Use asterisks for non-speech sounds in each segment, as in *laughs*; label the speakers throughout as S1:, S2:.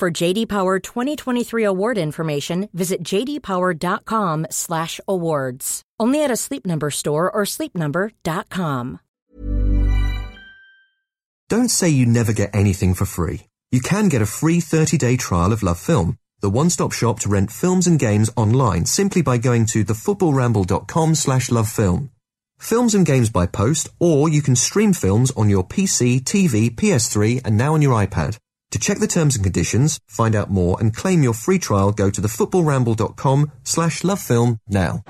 S1: For JD Power 2023 award information, visit jdpower.com/awards. Only at a Sleep Number store or sleepnumber.com.
S2: Don't say you never get anything for free. You can get a free 30-day trial of Love Film, the one-stop shop to rent films and games online simply by going to thefootballramble.com slash lovefilm. Films and games by post, or you can stream films on your PC, TV, PS3, and now on your iPad. To check the terms and conditions, find out more, and claim your free trial, go to thefootballramble.com slash lovefilm now.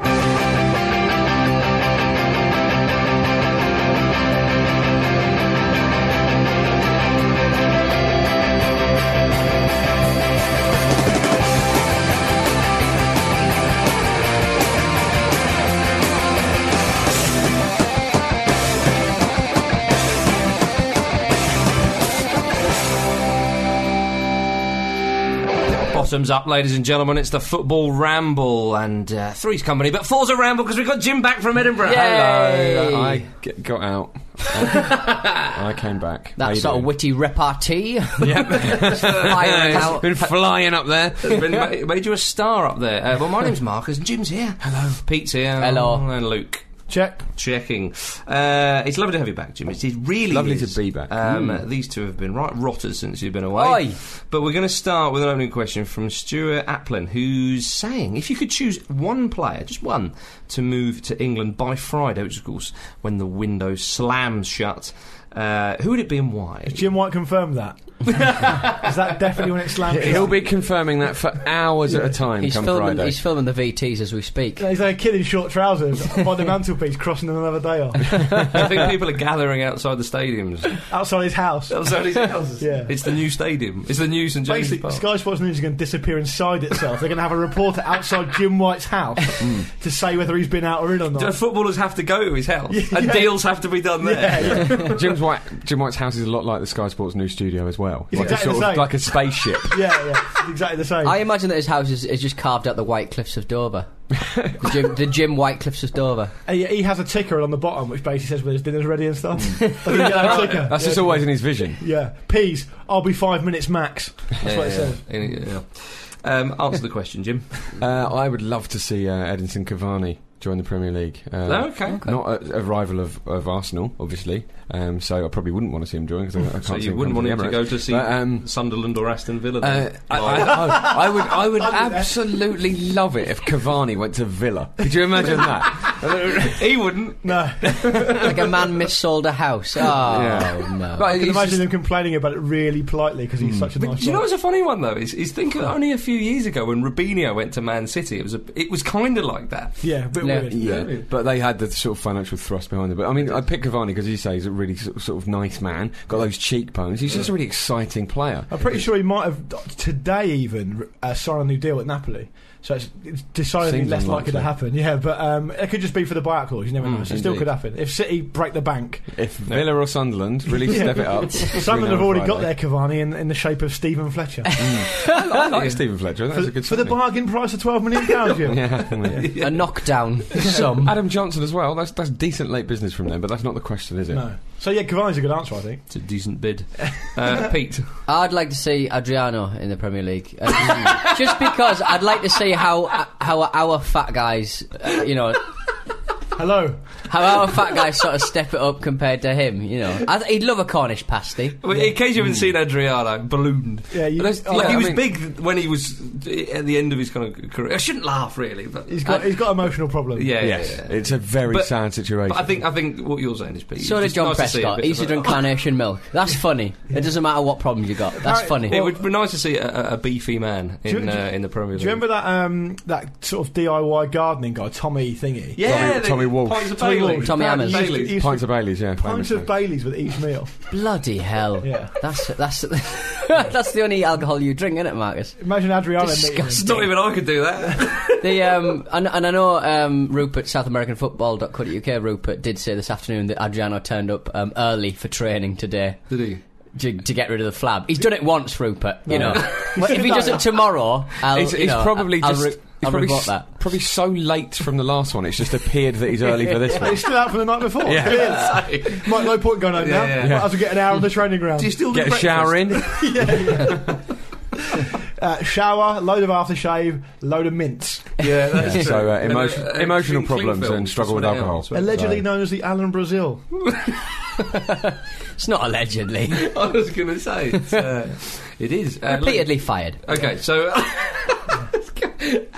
S3: Bottoms up, ladies and gentlemen. It's the football ramble and uh, three's company, but four's a ramble because we've got Jim back from Edinburgh.
S4: Hello.
S5: I g- got *laughs* out. I came back. How
S4: That
S5: you
S4: sort of
S5: doing?
S4: witty repartee. *laughs* Firing
S3: It's
S4: out.
S3: been flying up there. been ma- made you a star up there. Uh, well, my name's Marcus. and Jim's here. Hello. Pete's here.
S4: Hello.
S3: And Luke.
S6: Check.
S3: Checking. Uh, it's lovely to have you back, Jim. It it really
S5: Lovely
S3: is.
S5: to be back. Mm.
S3: Um, uh, These two have been right rotters since you've been away.
S4: Oi.
S3: But we're going to start with an opening question from Stuart Applin, who's saying if you could choose one player, just one, to move to England by Friday, which is, of course, when the window slams shut, uh, who would it be and why?
S6: Jim White confirmed that. Is that definitely when it slammed?
S5: He'll be confirming that for hours at a time
S4: He's
S5: come
S4: filming,
S5: Friday.
S4: he's filming the VTs as we speak.
S6: *laughs* He's like a kid in short trousers by the mantelpiece, crossing them another
S5: *laughs*
S6: day off
S3: I think people are gathering outside the stadiums.
S6: outside his house.
S3: Outside his houses.
S6: Yeah.
S3: *laughs* It's the new stadium. It's the new St James
S6: Basically,
S3: Park.
S6: Sky Sports News is going to disappear inside itself. They're going to have a reporter outside Jim White's house
S5: *laughs* Hmm.
S6: to say whether he's been out or in or
S3: Do
S6: not.
S3: footballers have to go to his
S6: *laughs*
S3: house, and
S6: yeah.
S3: deals have to be done there.
S5: Jim's White, *laughs* Jim White's house is a lot like the Sky Sports News studio as well.
S6: It's
S5: like
S6: exactly
S5: a
S6: the
S5: sort of
S6: same.
S5: like a spaceship.
S6: Yeah, yeah, it's exactly the same.
S4: I imagine that his house is, is just carved out the White Cliffs of Dover. the, Jim, the Jim White Cliffs of Dover.
S6: he, Uh, he has a ticker on the bottom which basically says whether his dinner's ready and stuff. *laughs* Like, he
S5: *laughs*
S6: can have a ticker.
S5: Hmm. That's
S6: yeah.
S5: just always in his vision.
S6: Yeah, peas. I'll be five minutes max. That's what it says.
S3: Yeah, yeah. Um, answer the question, Jim.
S5: Uh, I would love to see uh, Edinson Cavani join the Premier League. Uh,
S3: okay.
S5: Not a, a rival of, of Arsenal, obviously. Um, so I probably wouldn't want to see him join because I, I can't
S3: So
S5: see
S3: you
S5: him
S3: wouldn't
S5: come
S3: want
S5: the
S3: him to
S5: Emirates.
S3: go to see
S5: But, um,
S3: Sunderland or Aston Villa?
S5: Uh,
S3: then?
S5: I,
S3: Oh.
S5: I, I- I would, I *laughs* would
S6: I'd do that.
S5: absolutely love it if Cavani went to Villa. Could you imagine *laughs* that?
S3: *laughs* he wouldn't.
S6: No,
S4: Like a man missold a house. Oh,
S5: Yeah.
S4: no.
S5: But
S6: I can
S5: he's
S6: imagine
S5: just-
S6: him complaining about it really politely because he's such a nice
S3: Do you know
S6: guy.
S3: what's a funny one though? Is, is think of only a few years ago when Rubinho went to Man City. It was a, it was kind of like that.
S6: Yeah, a bit
S4: Yeah.
S6: weird.
S5: Yeah, but they had the sort of financial thrust behind it. But I mean, I pick Cavani because you say he's a really sort of- sort of nice man, got those cheekbones. He's just a really exciting player.
S6: I'm pretty sure he might have today even uh, signed a new deal at Napoli. So it's, it's decidedly
S5: Seems
S6: less likely to
S5: unlikely. Hmm,
S6: happen. Yeah, but um, it could just be for the buyout clause. You never know. So it still
S5: indeed.
S6: could happen if City break
S5: *laughs*
S6: the bank.
S5: If Villa or Sunderland really
S6: Yeah.
S5: step it
S6: *laughs*
S5: up,
S6: Some
S5: we know
S6: have already
S5: on
S6: got their
S5: Friday.
S6: Cavani in, in the shape of Stephen Fletcher
S5: I like Stephen Fletcher. That's
S6: for,
S5: a good
S6: for the
S5: signing.
S6: bargain price of twelve million pounds.
S5: *laughs*
S6: Jim.
S5: Yeah.
S6: *laughs*
S5: yeah.
S4: A knockdown sum.
S5: Adam Johnson as well. That's that's decent late business from them, but that's not the question, is it?
S6: No. So yeah, Cavani's a good answer, I think.
S3: It's a decent *laughs* bid. Uh, Pete,
S4: I'd like to see Adriano in the Premier League. Uh, *laughs* just because I'd like to see how how our fat guys, uh, you know,
S6: Hello.
S4: how our fat guys sort of step it up compared to him, you know. I, he'd love a Cornish pasty.
S3: Well, in case you haven't seen Adriano, ballooned.
S6: Yeah, you,
S5: Let's-
S6: oh,
S3: like he
S5: I
S3: was
S5: mean-
S3: big when he was at the end of his kind of career. I shouldn't laugh really, but
S6: he's got he's got emotional problems.
S3: yeah,
S5: Yes,
S3: yeah, yeah.
S5: it's a very
S3: But-
S5: sad situation.
S3: But I think I think what you're saying is Pete.
S4: So did
S3: It's
S4: John
S3: nice to see a
S4: Prescott.
S3: bit
S4: He used to
S3: of a-
S4: drink carnation milk. That's funny. It doesn't matter what problems you got. That's
S6: Alright,
S4: funny.
S3: It would be nice to see a, a- a beefy man
S6: you-
S3: in
S6: do you-
S3: uh, in the Premier League.
S6: Do you remember that um, that sort of DIY gardening guy, Tommy Thingy?
S3: Yeah,
S5: Tommy- Tommy Walsh.
S3: Pints of
S6: Tommy
S3: Bailey.
S6: Walsh.
S4: Tommy Hammers.
S6: Apparently he used to-
S3: Bailey's.
S6: he used to
S5: pints of Baileys, yeah.
S6: pints
S5: famously.
S6: of Baileys with each meal.
S4: Bloody hell.
S6: Yeah.
S4: That's *laughs* that's That's the only alcohol you drink, isn't it, Marcus?
S6: Imagine Adriana meeting
S3: *laughs*
S6: him.
S3: It's not even I could do
S5: *laughs*
S3: that.
S4: The um, and, and I know um, Rupert, SouthAmericanFootball.co.uk, Rupert did say this afternoon that Adriano turned up um, early for training today.
S3: Did he?
S4: To, to get rid of the flab. He's done it once, Rupert. You know,
S6: *laughs*
S4: well,
S6: should
S4: if he
S6: have
S4: does
S6: done
S4: it tomorrow, I'll,
S5: It's,
S4: you
S5: it's
S4: know,
S5: probably
S4: I'll,
S5: just.
S4: I'll,
S5: it's
S4: re- I'll
S5: probably,
S4: rebut
S5: s-
S4: that.
S5: probably so late from the last one. It's just appeared that he's early for
S6: *laughs*
S5: this one.
S6: He's still out from the night before.
S5: Yeah.
S3: *laughs*
S6: Yes. Might no point going home
S3: Yeah,
S6: now.
S3: yeah.
S6: Might as well get an hour on the training ground.
S3: Do you still do
S5: Get a
S3: breakfast?
S5: shower in.
S6: uh, shower, load of aftershave, load of mints.
S3: *laughs* Yeah, that's true.
S5: Yeah. *laughs*
S3: *laughs*
S5: So, uh,
S3: And,
S5: emotion- emotional problems
S3: films,
S5: and struggle
S3: that's
S5: with
S3: what they are,
S5: alcohol.
S3: that's what-
S6: Allegedly
S5: Right.
S6: known as the Alan Brazil.
S4: It's not allegedly.
S3: *laughs* I was going to say it's, uh, it is uh,
S4: Repeatedly fired.
S3: Luke- Okay, so *laughs*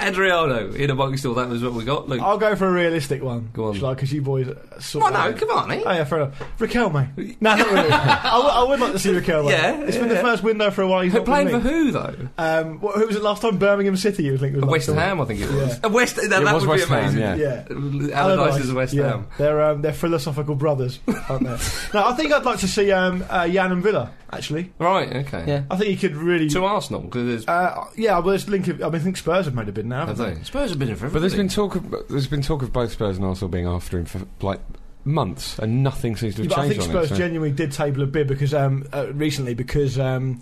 S3: Adriano in amongst all that was what we got. Luke,
S5: Oh,
S6: I'll go for a realistic one.
S3: Go on.
S6: Because you boys are sort
S3: well,
S6: of-
S3: no, come on, eh?
S6: Oh yeah, fair enough. Raquel, mate. No,
S3: *laughs*
S6: not really. I, w- I would like to see Raquel. Mate.
S3: Yeah,
S6: it's been the first window for a while. He's
S3: Who
S6: not
S3: playing
S6: been
S3: for
S6: linked.
S3: who though?
S6: Um, what, who was it last time? Birmingham City. You was linked with
S3: West
S6: last time.
S3: Ham, I think it was.
S6: Yeah.
S3: Uh, West, that,
S5: It
S3: that
S5: was
S3: would
S5: West
S3: be
S5: Ham,
S3: amazing.
S5: yeah.
S6: Yeah.
S3: Allardyce,
S6: Allardyce,
S3: is West
S6: yeah.
S3: Ham.
S6: They're um, they're philosophical brothers,
S3: *laughs*
S6: aren't they? no, I think I'd like to see um, uh, Jan and Villa. Actually,
S3: Right, okay.
S4: Yeah.
S6: I think he could really.
S3: To Arsenal because there's
S6: Uh, yeah, well, it's link. I mean, I think Spurs have made a bid now.
S3: have
S6: haven't
S3: they? Spurs have been in for
S5: But there's
S3: everything.
S5: been talk. Of, there's been talk of both Spurs and Arsenal being after him for like months, and nothing seems to
S6: Yeah,
S5: have
S6: but I
S5: changed
S6: think
S5: on
S6: Spurs
S5: it. so-
S6: genuinely did table a bid because um, uh, recently because. Um,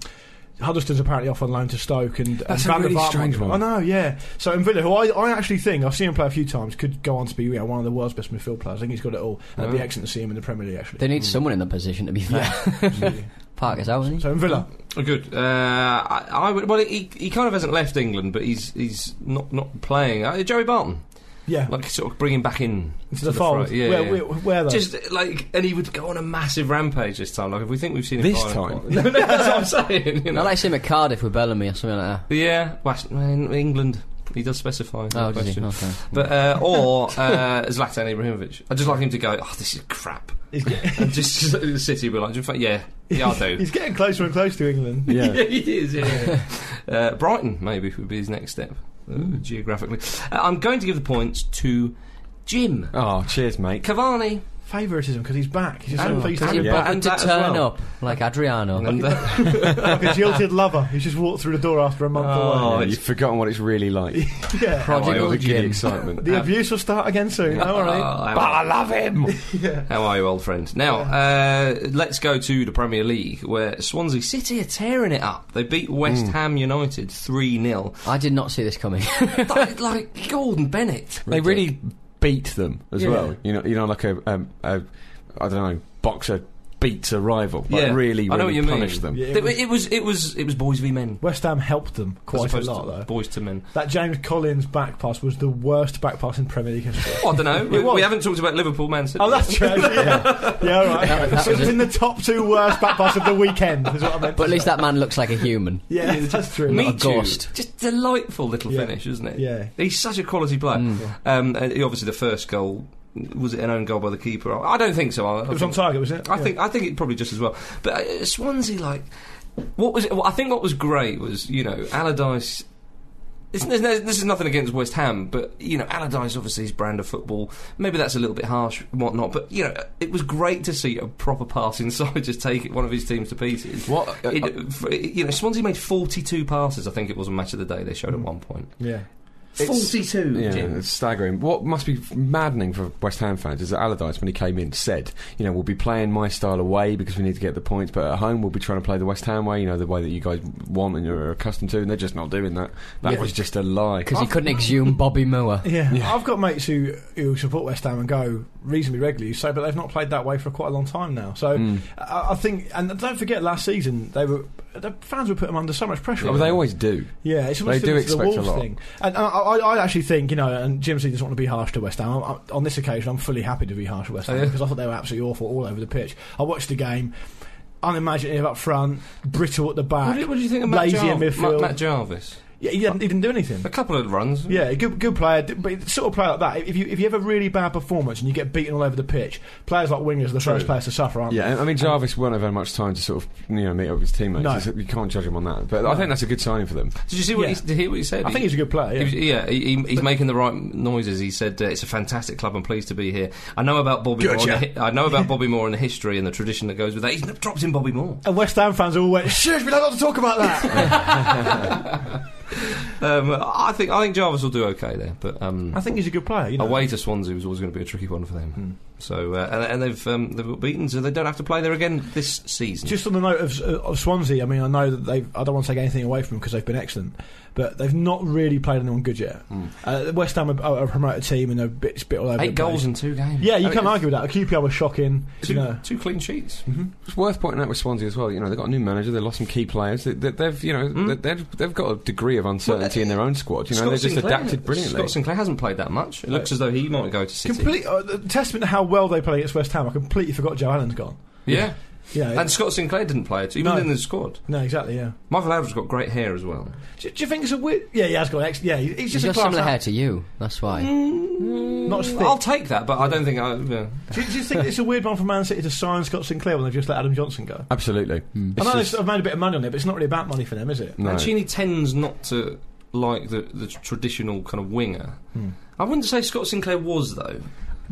S6: Huddleston's apparently off on loan to Stoke, and
S5: That's
S6: and
S5: a
S6: Van der
S5: really
S6: Vaart might
S5: strange
S6: go.
S5: one.
S6: I know, yeah. So in Villa, who I, I actually think I've seen him play a few times, could go on to be you know, one of the world's best midfield players. I think he's got it all. That'd be
S5: Yeah.
S6: excellent to see him in the Premier League, actually. *laughs*
S4: They need someone in the position, to be fair.
S6: Absolutely.
S4: Park is out, isn't he?
S6: so in Villa,
S3: Oh, Good. Uh, I, I would. Well, he, he kind of hasn't left England, but he's he's not not playing. Uh, Joey Barton,
S6: yeah,
S3: like sort of bringing back in to
S6: into the, fold.
S3: fray. Yeah,
S6: where,
S3: yeah.
S6: Where, where though?
S3: just like, and he would go on a massive rampage this time. Like, if we think we've seen him
S5: This
S3: firing-
S5: time?
S3: no, no, *laughs* that's what I'm saying. You
S4: I'd
S3: know.
S4: like to see him at Cardiff with Bellamy or something like that.
S3: yeah, well, that's- man, England. He does specify. no
S4: Oh, does he?
S3: question.
S4: Okay.
S3: But uh, or uh, Zlatan Ibrahimovic. I'd just like him to go. Oh, this is crap.
S6: he's,
S3: *laughs* And just the city would be like, "Do you think- yeah, yeah,
S6: *laughs*
S3: I *laughs* do.
S6: he's getting closer and closer to
S5: *laughs*
S6: England.
S5: Yeah.
S6: *laughs*
S3: yeah, *laughs* he is. Yeah. *laughs* uh, Brighton maybe would be his next step uh, geographically. Uh, I'm going to give the points to Jim
S5: Oh, cheers, mate.
S3: Cavani.
S6: Favouritism because he's back. He's just
S3: Oh,
S6: so pleased to
S4: Has
S6: have
S4: he
S3: Yeah.
S6: him back.
S4: bothered
S3: And
S4: to
S3: that as
S4: turn
S3: well.
S4: up like
S5: Oh.
S4: Adriano?
S3: And, *laughs* uh,
S6: like a jilted lover who's just walked through the door after a month
S3: Oh,
S5: Yeah,
S3: it's-
S5: you've forgotten what it's really like.
S6: away. *laughs* Yeah,
S5: All
S4: Prodigal
S5: the giddy
S4: Jim.
S5: excitement.
S6: *laughs*
S3: Um,
S6: the abuse will start again soon. Don't
S3: oh, *laughs*
S6: worry.
S3: how
S5: *laughs* but I love
S6: *laughs*
S5: him.
S3: How are you, old friend? Now, uh, let's go to the Premier League, where Swansea City are tearing it up. They beat West
S5: Mm.
S3: Ham United 3
S5: *laughs*
S3: 0.
S4: I did not see this coming.
S3: like, like Gordon Bennett.
S5: They really beat them as
S6: Yeah.
S5: well. You know, you know, like a, um, a I don't know, boxer beats a rival. Like
S3: Yeah.
S5: really, really
S3: I know what you mean.
S5: punish them.
S6: Yeah,
S3: It, was, it, was, it, was, it was boys v men.
S6: West Ham helped them quite
S3: as
S6: a
S3: opposed
S6: lot,
S3: to
S6: though.
S3: Boys to
S6: *laughs*
S3: men.
S6: That James Collins back pass was the worst back pass in Premier League history.
S3: I don't know. we,
S6: was.
S3: we haven't talked about Liverpool, Man City.
S6: Oh,
S3: *laughs*
S6: that's true. Yeah, yeah all right.
S4: That- that
S6: so it
S4: was
S6: was
S4: a-
S6: in the top two worst back pass of the weekend, is what I meant.
S4: but
S6: to
S4: at least
S6: say.
S4: that man looks like a human.
S3: *laughs*
S6: Yeah, that's true.
S3: Me
S4: Not a
S3: too.
S4: ghost.
S3: Just delightful little
S6: Yeah.
S3: finish, isn't it?
S6: Yeah.
S3: He's such a quality player.
S5: Mm.
S4: Mm.
S3: Um, and he- obviously, the first goal was it an own goal by the keeper? I I don't think so. I, I
S6: It was
S3: think-
S6: on target, was it?
S3: I
S6: Yeah.
S3: think I think it probably just as well. But uh, Swansea, like, what was? It, well, I think what was great was you know Allardyce. It's, there's no, this is nothing against West Ham, but you know Allardyce obviously his brand of football. Maybe that's a little bit harsh and whatnot, but you know it was great to see a proper pass *laughs* inside just take one of his teams to pieces.
S5: What?
S3: It, f- you know, Swansea made 42 passes. I think it was on match of the day. They showed at one point.
S6: Yeah.
S3: 42.
S5: Yeah,
S3: Jim.
S5: it's staggering. What must be maddening for West Ham fans is that Allardyce, when he came in, said, "You know, we'll be playing my style away because we need to get the points, but at home we'll be trying to play the West Ham way, you know, the way that you guys want and you're accustomed to." And they're just not doing that. That was just a lie.
S4: Because he couldn't exhume Bobby Moore.
S6: Yeah. I've got mates who who support West Ham and go reasonably regularly, so but they've not played that way for quite a long time now. So
S5: Mm.
S6: I, I think, and don't forget, last season they were the fans were putting them under so much pressure.
S5: Oh, but they always do.
S6: Yeah, it's almost
S5: They do
S6: similar to the
S5: expect a
S6: Wolves
S5: lot.
S6: thing. And I, I, I actually think, you know, and Jim doesn't want to be harsh to West Ham. I, I, on this occasion, I'm fully happy to be harsh to West Ham because I thought they were absolutely awful all over the pitch. I watched the game, unimaginative up front, brittle at the back,
S3: What, do, what do you think of Matt,
S6: lazy
S3: Jar-
S6: in
S3: Matt,
S6: midfield.
S3: Matt Jarvis?
S6: Yeah, he didn't, he didn't do anything.
S3: A couple of runs.
S6: Yeah, a good good player, d- but it's sort of player like that. If you if you have a really bad performance and you get beaten all over the pitch, players like wingers are the first players to suffer, aren't
S5: Yeah, I mean Jarvis won't have had much time to sort of you know meet up with his teammates.
S6: No.
S5: It's- You can't judge him on that, but I think that's a good signing for them.
S3: Did you see what
S6: Yeah.
S3: he, did you hear what he said?
S6: they? I think he's a good player.
S3: He
S6: Yeah.
S3: was- yeah, he, he- he's making the right noises. He said, uh, "It's a fantastic club. I'm pleased to be here. I know about Bobby Moore. and the hi- I know
S6: *laughs*
S3: about Bobby Moore and the history and the tradition that goes with that. He's not dropped in Bobby Moore.
S6: And West Ham fans all *laughs* went, shush, we don't have to talk about that.
S3: Um, I think I think Jarvis will do okay there, but um,
S6: *laughs* I think he's a good player. You know? Hmm.
S3: away to Swansea was always going to be a tricky one for them. So uh, and, and they've um, they've got beaten, so they don't have to play there again this season.
S6: Just on the note of, of Swansea, I mean, I know that they've. I don't want to take anything away from them because they've been excellent, but they've not really played anyone good yet. Uh, West Ham are, are a promoted team and they're a bit, it's a bit all over.
S3: Hmm. Eight
S6: the place.
S3: goals in two games.
S6: Yeah, you
S5: I
S6: can't
S5: mean,
S6: argue with that. QPR was shocking.
S3: two,
S6: You know,
S3: two clean sheets.
S5: It's worth pointing out with Swansea as well. You know they've got a new manager. They lost some key players. They, they, they've you know they, they've they've got a degree of uncertainty in their own squad. You know
S3: Scott
S5: they've just
S3: Sinclair-
S5: adapted brilliantly.
S3: Scott Sinclair hasn't played that much. It looks as though he might go to City.
S6: complete uh, the testament to how well they play against West Ham. I completely forgot Joe Allen's gone.
S3: yeah.
S6: Yeah,
S3: And Scott Sinclair didn't play it, even
S6: No.
S3: in the squad.
S6: no, exactly. Yeah.
S3: Michael Adams got great hair as well.
S6: Do, do you think it's a weird? Yeah, he has got ex. Yeah, he- he's
S4: He's
S6: just
S4: got
S6: a class
S4: similar
S6: act.
S4: hair to you. That's why.
S6: Not as thick.
S3: I'll take that, but I don't think I. Yeah.
S6: do, you- do you think it's a weird one for Man City to sign Scott Sinclair when they've just let Adam Johnson go?
S5: Absolutely.
S6: I
S5: It's
S6: know
S5: just-
S6: they've made a bit of money on it, but it's not really about money for them, is it?
S5: no.
S3: Mancini tends not to like the, the traditional kind of winger.
S6: Hmm.
S3: I wouldn't say Scott Sinclair was though.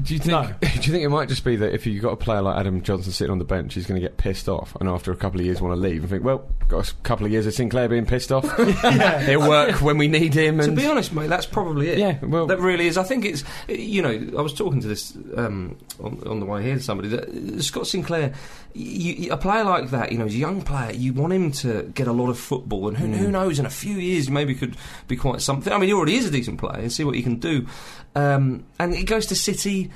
S5: Do you think?
S6: No.
S5: *laughs* Do you think it might just be that if you got a player like Adam Johnson sitting on the bench, he's going to get pissed off, and after a couple of years want to leave and think, well, got a couple of years of Sinclair being pissed off. *laughs* He'll work when we need him.
S3: To
S5: And
S3: be honest, mate, that's probably it.
S5: Yeah, well-
S3: that really is. I think it's you know I was talking to this um, on, on the way here to somebody that uh, Scott Sinclair, you, you, a player like that, you know, he's a young player. You want him to get a lot of football, and
S5: Hmm.
S3: who, who knows, in a few years, you maybe could be quite something. I mean, he already is a decent player. and see what he can do, um, and he goes to City.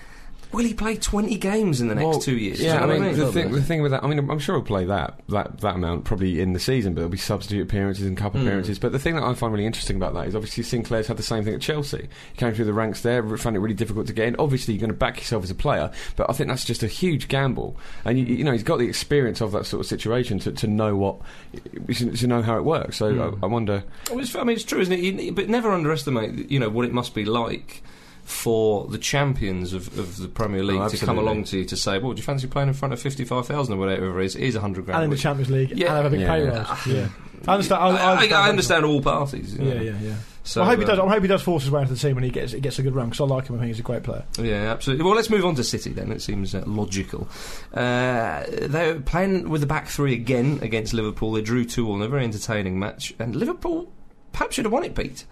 S3: Will he play twenty games in the next
S5: Well,
S3: two years? Do you
S5: Yeah,
S3: know
S5: I
S3: what
S5: mean, the
S4: Probably.
S5: thing, the thing with that, I mean, I'm- I'm sure he'll play that, that that amount probably in the season, but there'll be substitute appearances and
S3: Hmm.
S5: cup appearances. But the thing that I find really interesting about that is obviously Sinclair's had the same thing at Chelsea. He came through the ranks there, re- found it really difficult to get in. Obviously, you're going to back yourself as a player, but I think that's just a huge gamble. And you, you know, he's got the experience of that sort of situation to, to know what to, to know how it works. So
S3: Hmm.
S5: I, I wonder.
S3: Well, it's, I mean, it's true, isn't it? You, but never underestimate, you know, what it must be like for the champions of, of the Premier
S6: Oh,
S3: League to come
S5: absolutely.
S3: along to you to say, well, do you fancy playing in front of 55,000 or whatever it is? It is 100 grand.
S6: And in the
S3: which-
S6: Champions League,
S3: Yeah.
S6: and have a big
S5: Yeah,
S6: pay
S5: yeah.
S6: rise. Yeah, I understand. I, I
S3: I,
S6: understand.
S3: I, I understand all parties. you
S6: Yeah,
S3: know.
S6: yeah, yeah.
S3: So,
S6: I hope he
S3: uh,
S6: does. I hope he does force his way into the team when he gets it gets a good run because I like him. I think he's a great player.
S3: Yeah, absolutely. Well, let's move on to City then. It seems uh, logical. Uh, they're playing with the back three again against Liverpool. They drew 2 all in a very entertaining match. And Liverpool perhaps should have won it, Pete.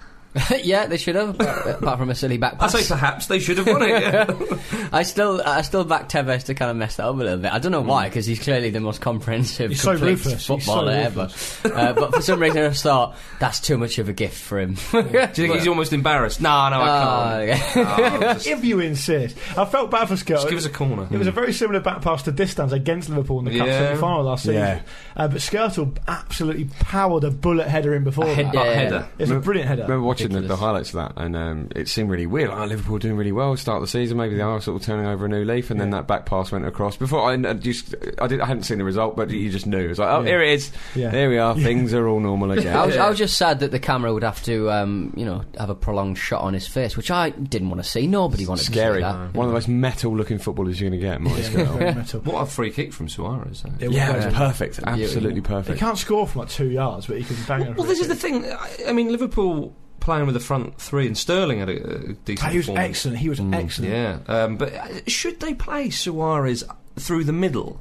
S4: *laughs* yeah, they should have. apart from a silly
S3: *laughs*
S4: back
S3: I
S4: pass.
S3: say perhaps they should have won
S6: *laughs*
S3: it.
S4: I still, I still back Tevez to kind of mess that up a little bit. I don't know why, because he's clearly the most comprehensive,
S6: He's so
S4: complete
S6: ruthless. He's so
S4: footballer ever. Uh, but for some reason, I just thought that's too much of a gift for him.
S3: Do you think he's almost embarrassed? No,
S6: Oh,
S3: no, I
S4: *laughs*
S3: can't.
S6: *laughs*
S4: Ah, yeah.
S3: Oh, just-
S6: If you insist, I felt bad for Scott.
S3: Just give us a corner.
S6: It was a very similar back pass to Distance against Liverpool in the Cup
S3: Yeah.
S6: semi-final last season.
S5: Yeah.
S6: Uh, but Skirtle absolutely powered a bullet header in before.
S3: a head,
S6: that.
S4: Yeah.
S3: header.
S6: It's a brilliant
S5: I
S6: header.
S5: remember watching the, the
S4: Ridiculous.
S5: highlights of that, and um, it seemed really weird. Like, oh, Liverpool doing really well, start of the season. Maybe they are sort of turning over a new leaf, and then that back pass went across. Before I, I just, I, did, I hadn't seen the result, but you just knew. It was like, oh,
S6: Yeah.
S5: here it is.
S6: Yeah.
S5: There we are. Things are all normal
S4: *laughs*
S5: again.
S4: I was, I was just sad that the camera would have to, um, you know, have a prolonged shot on his face, which I didn't want to see. Nobody
S5: *laughs*
S4: wanted
S5: Scary.
S4: to see that.
S5: One of the most metal-looking footballers you're going to get. Mike
S6: Yeah,
S5: Scott.
S6: very metal.
S3: What a free kick from Suarez. eh?
S6: It
S5: yeah,
S6: was
S5: it was
S6: great.
S5: perfect. Absolutely
S6: He
S5: perfect.
S6: can't score from like two yards, but he can bang.
S3: Well, this is the thing. I, I mean, Liverpool playing with the front three and Sterling had a, a decent
S6: He was
S3: performance. Mm,
S6: excellent. He was
S5: Mm,
S6: excellent.
S3: Yeah, um, but uh, should they play Suarez through the
S6: *laughs*
S3: middle?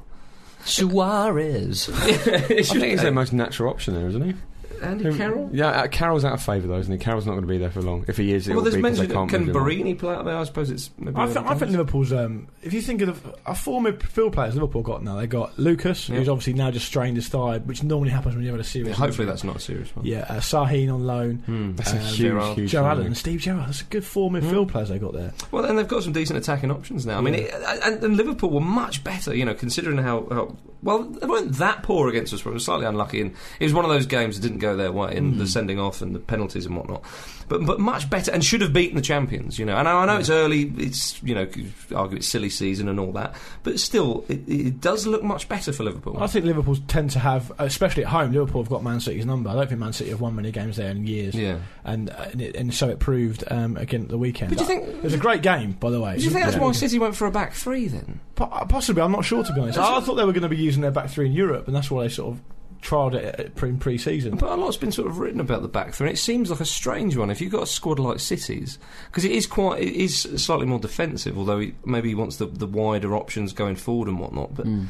S4: Suarez.
S5: I think he's their most natural option there, isn't he?
S3: Andy Carroll?
S5: Yeah, uh, Carroll's out of favour though, isn't he? Carroll's not going to be there for long. If he is, it
S3: Well,
S5: will
S3: there's
S5: be because they
S3: mention
S5: can't.
S3: can
S5: move him on.
S3: Barini play up there? I suppose it's. Maybe
S6: I think, I think
S3: Liverpool.
S6: Liverpool's. Um, if you think of the our four midfield players Liverpool got now, they got Lucas, who's obviously now just strained his thigh, which normally happens when you have had a serious.
S3: Hopefully,
S6: injury.
S3: that's not a serious one. Hmm.
S6: Yeah, uh, Sahin on loan,
S5: That's
S6: Um,
S5: a huge,
S3: Gerrard. Mm.
S5: huge.
S6: Joe
S5: signing.
S6: Allen, and Steve Gerrard. That's a good four midfield players they got there.
S3: Well, then they've got some decent attacking options now. I mean, it, and, and Liverpool were much better, you know, considering how, how well, they weren't that poor against us, but we were slightly unlucky. And it was one of those games that didn't go their way, and
S6: Mm.
S3: the sending off and the penalties and whatnot. But but much better, and should have beaten the champions, you know. And I, I know it's early, it's you know, you could argue it's silly season and all that, but still, it, it does look much better for Liverpool.
S6: I think Liverpool tend to have, especially at home, Liverpool have got Man City's number. I don't think Man City have won many games there in years.
S3: yeah.
S6: And and, it, and so it proved um, again at the weekend.
S3: But do you think?
S6: it was a great game, by the way.
S3: Do you think that's
S6: Yeah.
S3: why City went for a back three then?
S6: Po- Possibly, I'm not sure to be honest. I thought they were going to be using their back three in Europe, and that's why they sort of trialled it at- pre- in pre-season.
S3: But a lot's been sort of written about the back three, and it seems like a strange one. If you've got a squad like City's, because it is quite, it is slightly more defensive, although he, maybe he wants the, the wider options going forward and whatnot. But
S6: Hmm.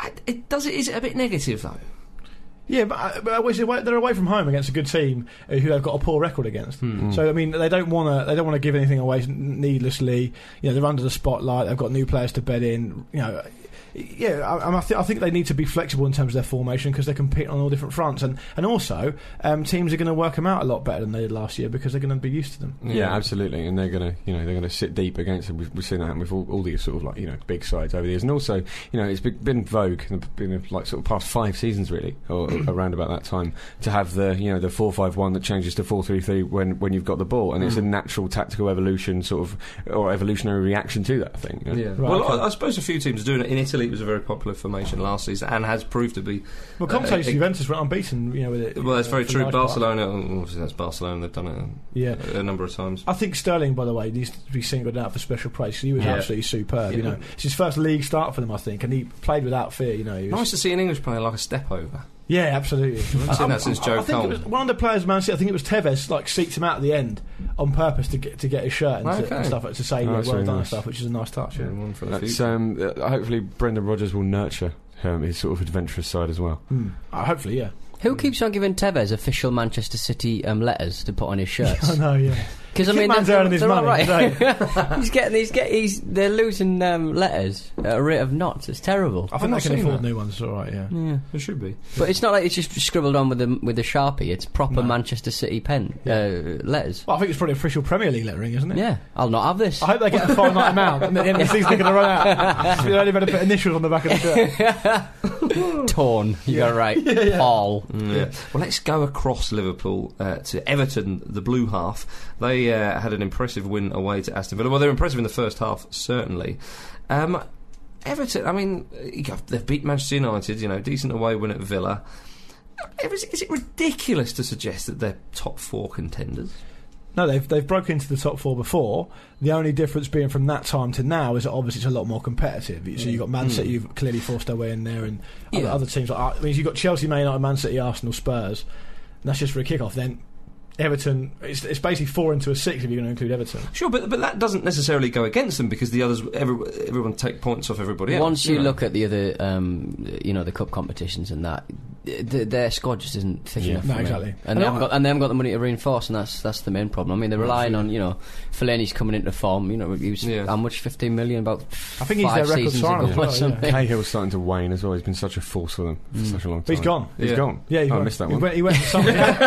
S3: I, it does it is it a bit negative though?
S6: Yeah, but, uh, but always away- they're away from home against a good team uh, who they've got a poor record against.
S3: Hmm.
S6: So I mean, they don't want to they don't want to give anything away n- needlessly. You know, they're under the spotlight. They've got new players to bet in. You know. Yeah, I, I, th- I think they need to be flexible in terms of their formation because they compete on all different fronts, and and also um, teams are going to work them out a lot better than they did last year because they're going to be used to them.
S5: Yeah, absolutely, and they're gonna, you know, they're gonna sit deep against them. We've, we've seen that with all, all these sort of like, you know, big sides over the years, and also, you know, it's been, been vogue, in the- been uh, like sort of past five seasons really,
S6: *clears throat*
S5: or around about that time, to have the, you know, the four-five-one that changes to four-three-three when when you've got the ball, and it's
S6: Mm.
S5: a natural tactical evolution, sort of, or evolutionary reaction to that thing. you know?
S6: Right,
S3: well,
S6: okay.
S3: I, I suppose a few teams are doing it. In Italy, it was a very popular formation last season and has proved to be.
S6: Well, Conte's
S3: Uh, it-
S6: Juventus went unbeaten, you know, with it.
S3: Well, that's
S6: uh,
S3: very
S6: for
S3: true.
S6: large part.
S3: Barcelona, oh, obviously, that's Barcelona. They've done
S6: Yeah.
S3: it a, a number of times.
S6: I think Sterling, by the way, needs to be singled out for special praise. 'cause He was
S3: Yeah.
S6: absolutely superb. You
S3: Yeah.
S6: know, it's his first league start for them, I think, and he played without fear. You know, he was-
S3: Nice to see an English player like a step over.
S6: yeah, absolutely. Um,
S3: haven't seen that since
S6: I- I-
S3: Joe
S6: I think it
S3: Cole.
S6: was one of the players, Man City. I think it was Tevez, like seeked him out at the end on purpose to get to get his shirt and, to-
S3: Okay.
S6: and stuff to say
S5: Oh,
S6: yeah, well
S5: that's
S6: done
S5: really
S6: and
S5: nice.
S6: stuff, which is a nice touch. Yeah.
S3: One for the
S5: That's,
S3: future.
S5: um, uh, hopefully, Brendan Rodgers will nurture um, his sort of adventurous side as well.
S6: Hmm. Uh, hopefully, yeah.
S4: Who keeps on giving Tevez official Manchester City um, letters to put on
S6: *laughs*
S4: his shirts?
S6: I know,
S3: *laughs*
S6: yeah.
S4: Because I mean,
S6: Kidman's
S4: they're,
S6: earning his
S4: they're all *laughs*
S6: money, *laughs*
S4: right. he's getting, he's get, he's they're losing um, letters at a rate of knots. It's terrible.
S6: I
S3: I'm
S6: think
S3: not
S6: they can
S3: seeing
S6: afford
S3: that.
S6: new ones. It's all right, yeah.
S4: Yeah.
S3: It should be.
S4: But it's not like it's just scribbled on with the with a sharpie. It's proper
S6: No.
S4: Manchester City pen uh, letters.
S6: Well, I think it's probably official Premier League lettering, isn't it?
S4: Yeah, I'll not have this.
S6: I hope they get a finite *laughs* amount, and at the end of the season they're going to run
S4: *laughs*
S6: out. *laughs* They only better put initials on the back of the shirt.
S4: Torn. You're
S6: *laughs*
S4: right. All.
S3: Yeah. Well, let's go across Liverpool uh, to Everton, the blue half. They uh, had an impressive win away to Aston Villa. Well, they were impressive in the first half, certainly. Um, Everton, I mean, uh, they've beat Manchester United, you know, decent away win at Villa. Uh, Is, is it ridiculous to suggest that they're top four contenders?
S6: No, they've they've broken into the top four before. The only difference being from that time to now is that obviously it's a lot more competitive. So you've got Man City, you've clearly forced their way in there, and other-
S3: Yeah.
S6: other teams. Like, Ar- I mean, you've got Chelsea, Man United, Man City, Arsenal, Spurs. And that's just for a kick off. Then Everton, it's, it's basically four into a six if you're going to include Everton.
S3: Sure, but but that doesn't necessarily go against them because the others, every, everyone take points off everybody else.
S4: Once you
S3: know.
S4: look at the other, um, you know, the cup competitions and that, th- their squad just isn't thick
S5: Yeah.
S4: enough.
S6: No,
S4: for me.
S6: exactly.
S4: And they, haven't got, and they haven't got the money to reinforce, and that's that's the main problem. I mean, they're relying on you know, Fellaini's coming into form. You know, he was
S3: Yeah.
S4: how much? Fifteen million? About
S6: I think he's
S4: five
S6: their record
S4: seasons ago
S6: signing as
S4: or
S6: well, yeah. Mm.
S4: something.
S5: Cahill's starting to wane as well. He's been such a force for them for such a long time.
S6: But he's gone.
S5: He's
S3: Yeah.
S5: gone.
S6: Yeah, he
S5: I
S6: went-
S5: missed that
S6: He
S5: one.
S6: went, he went to somewhere.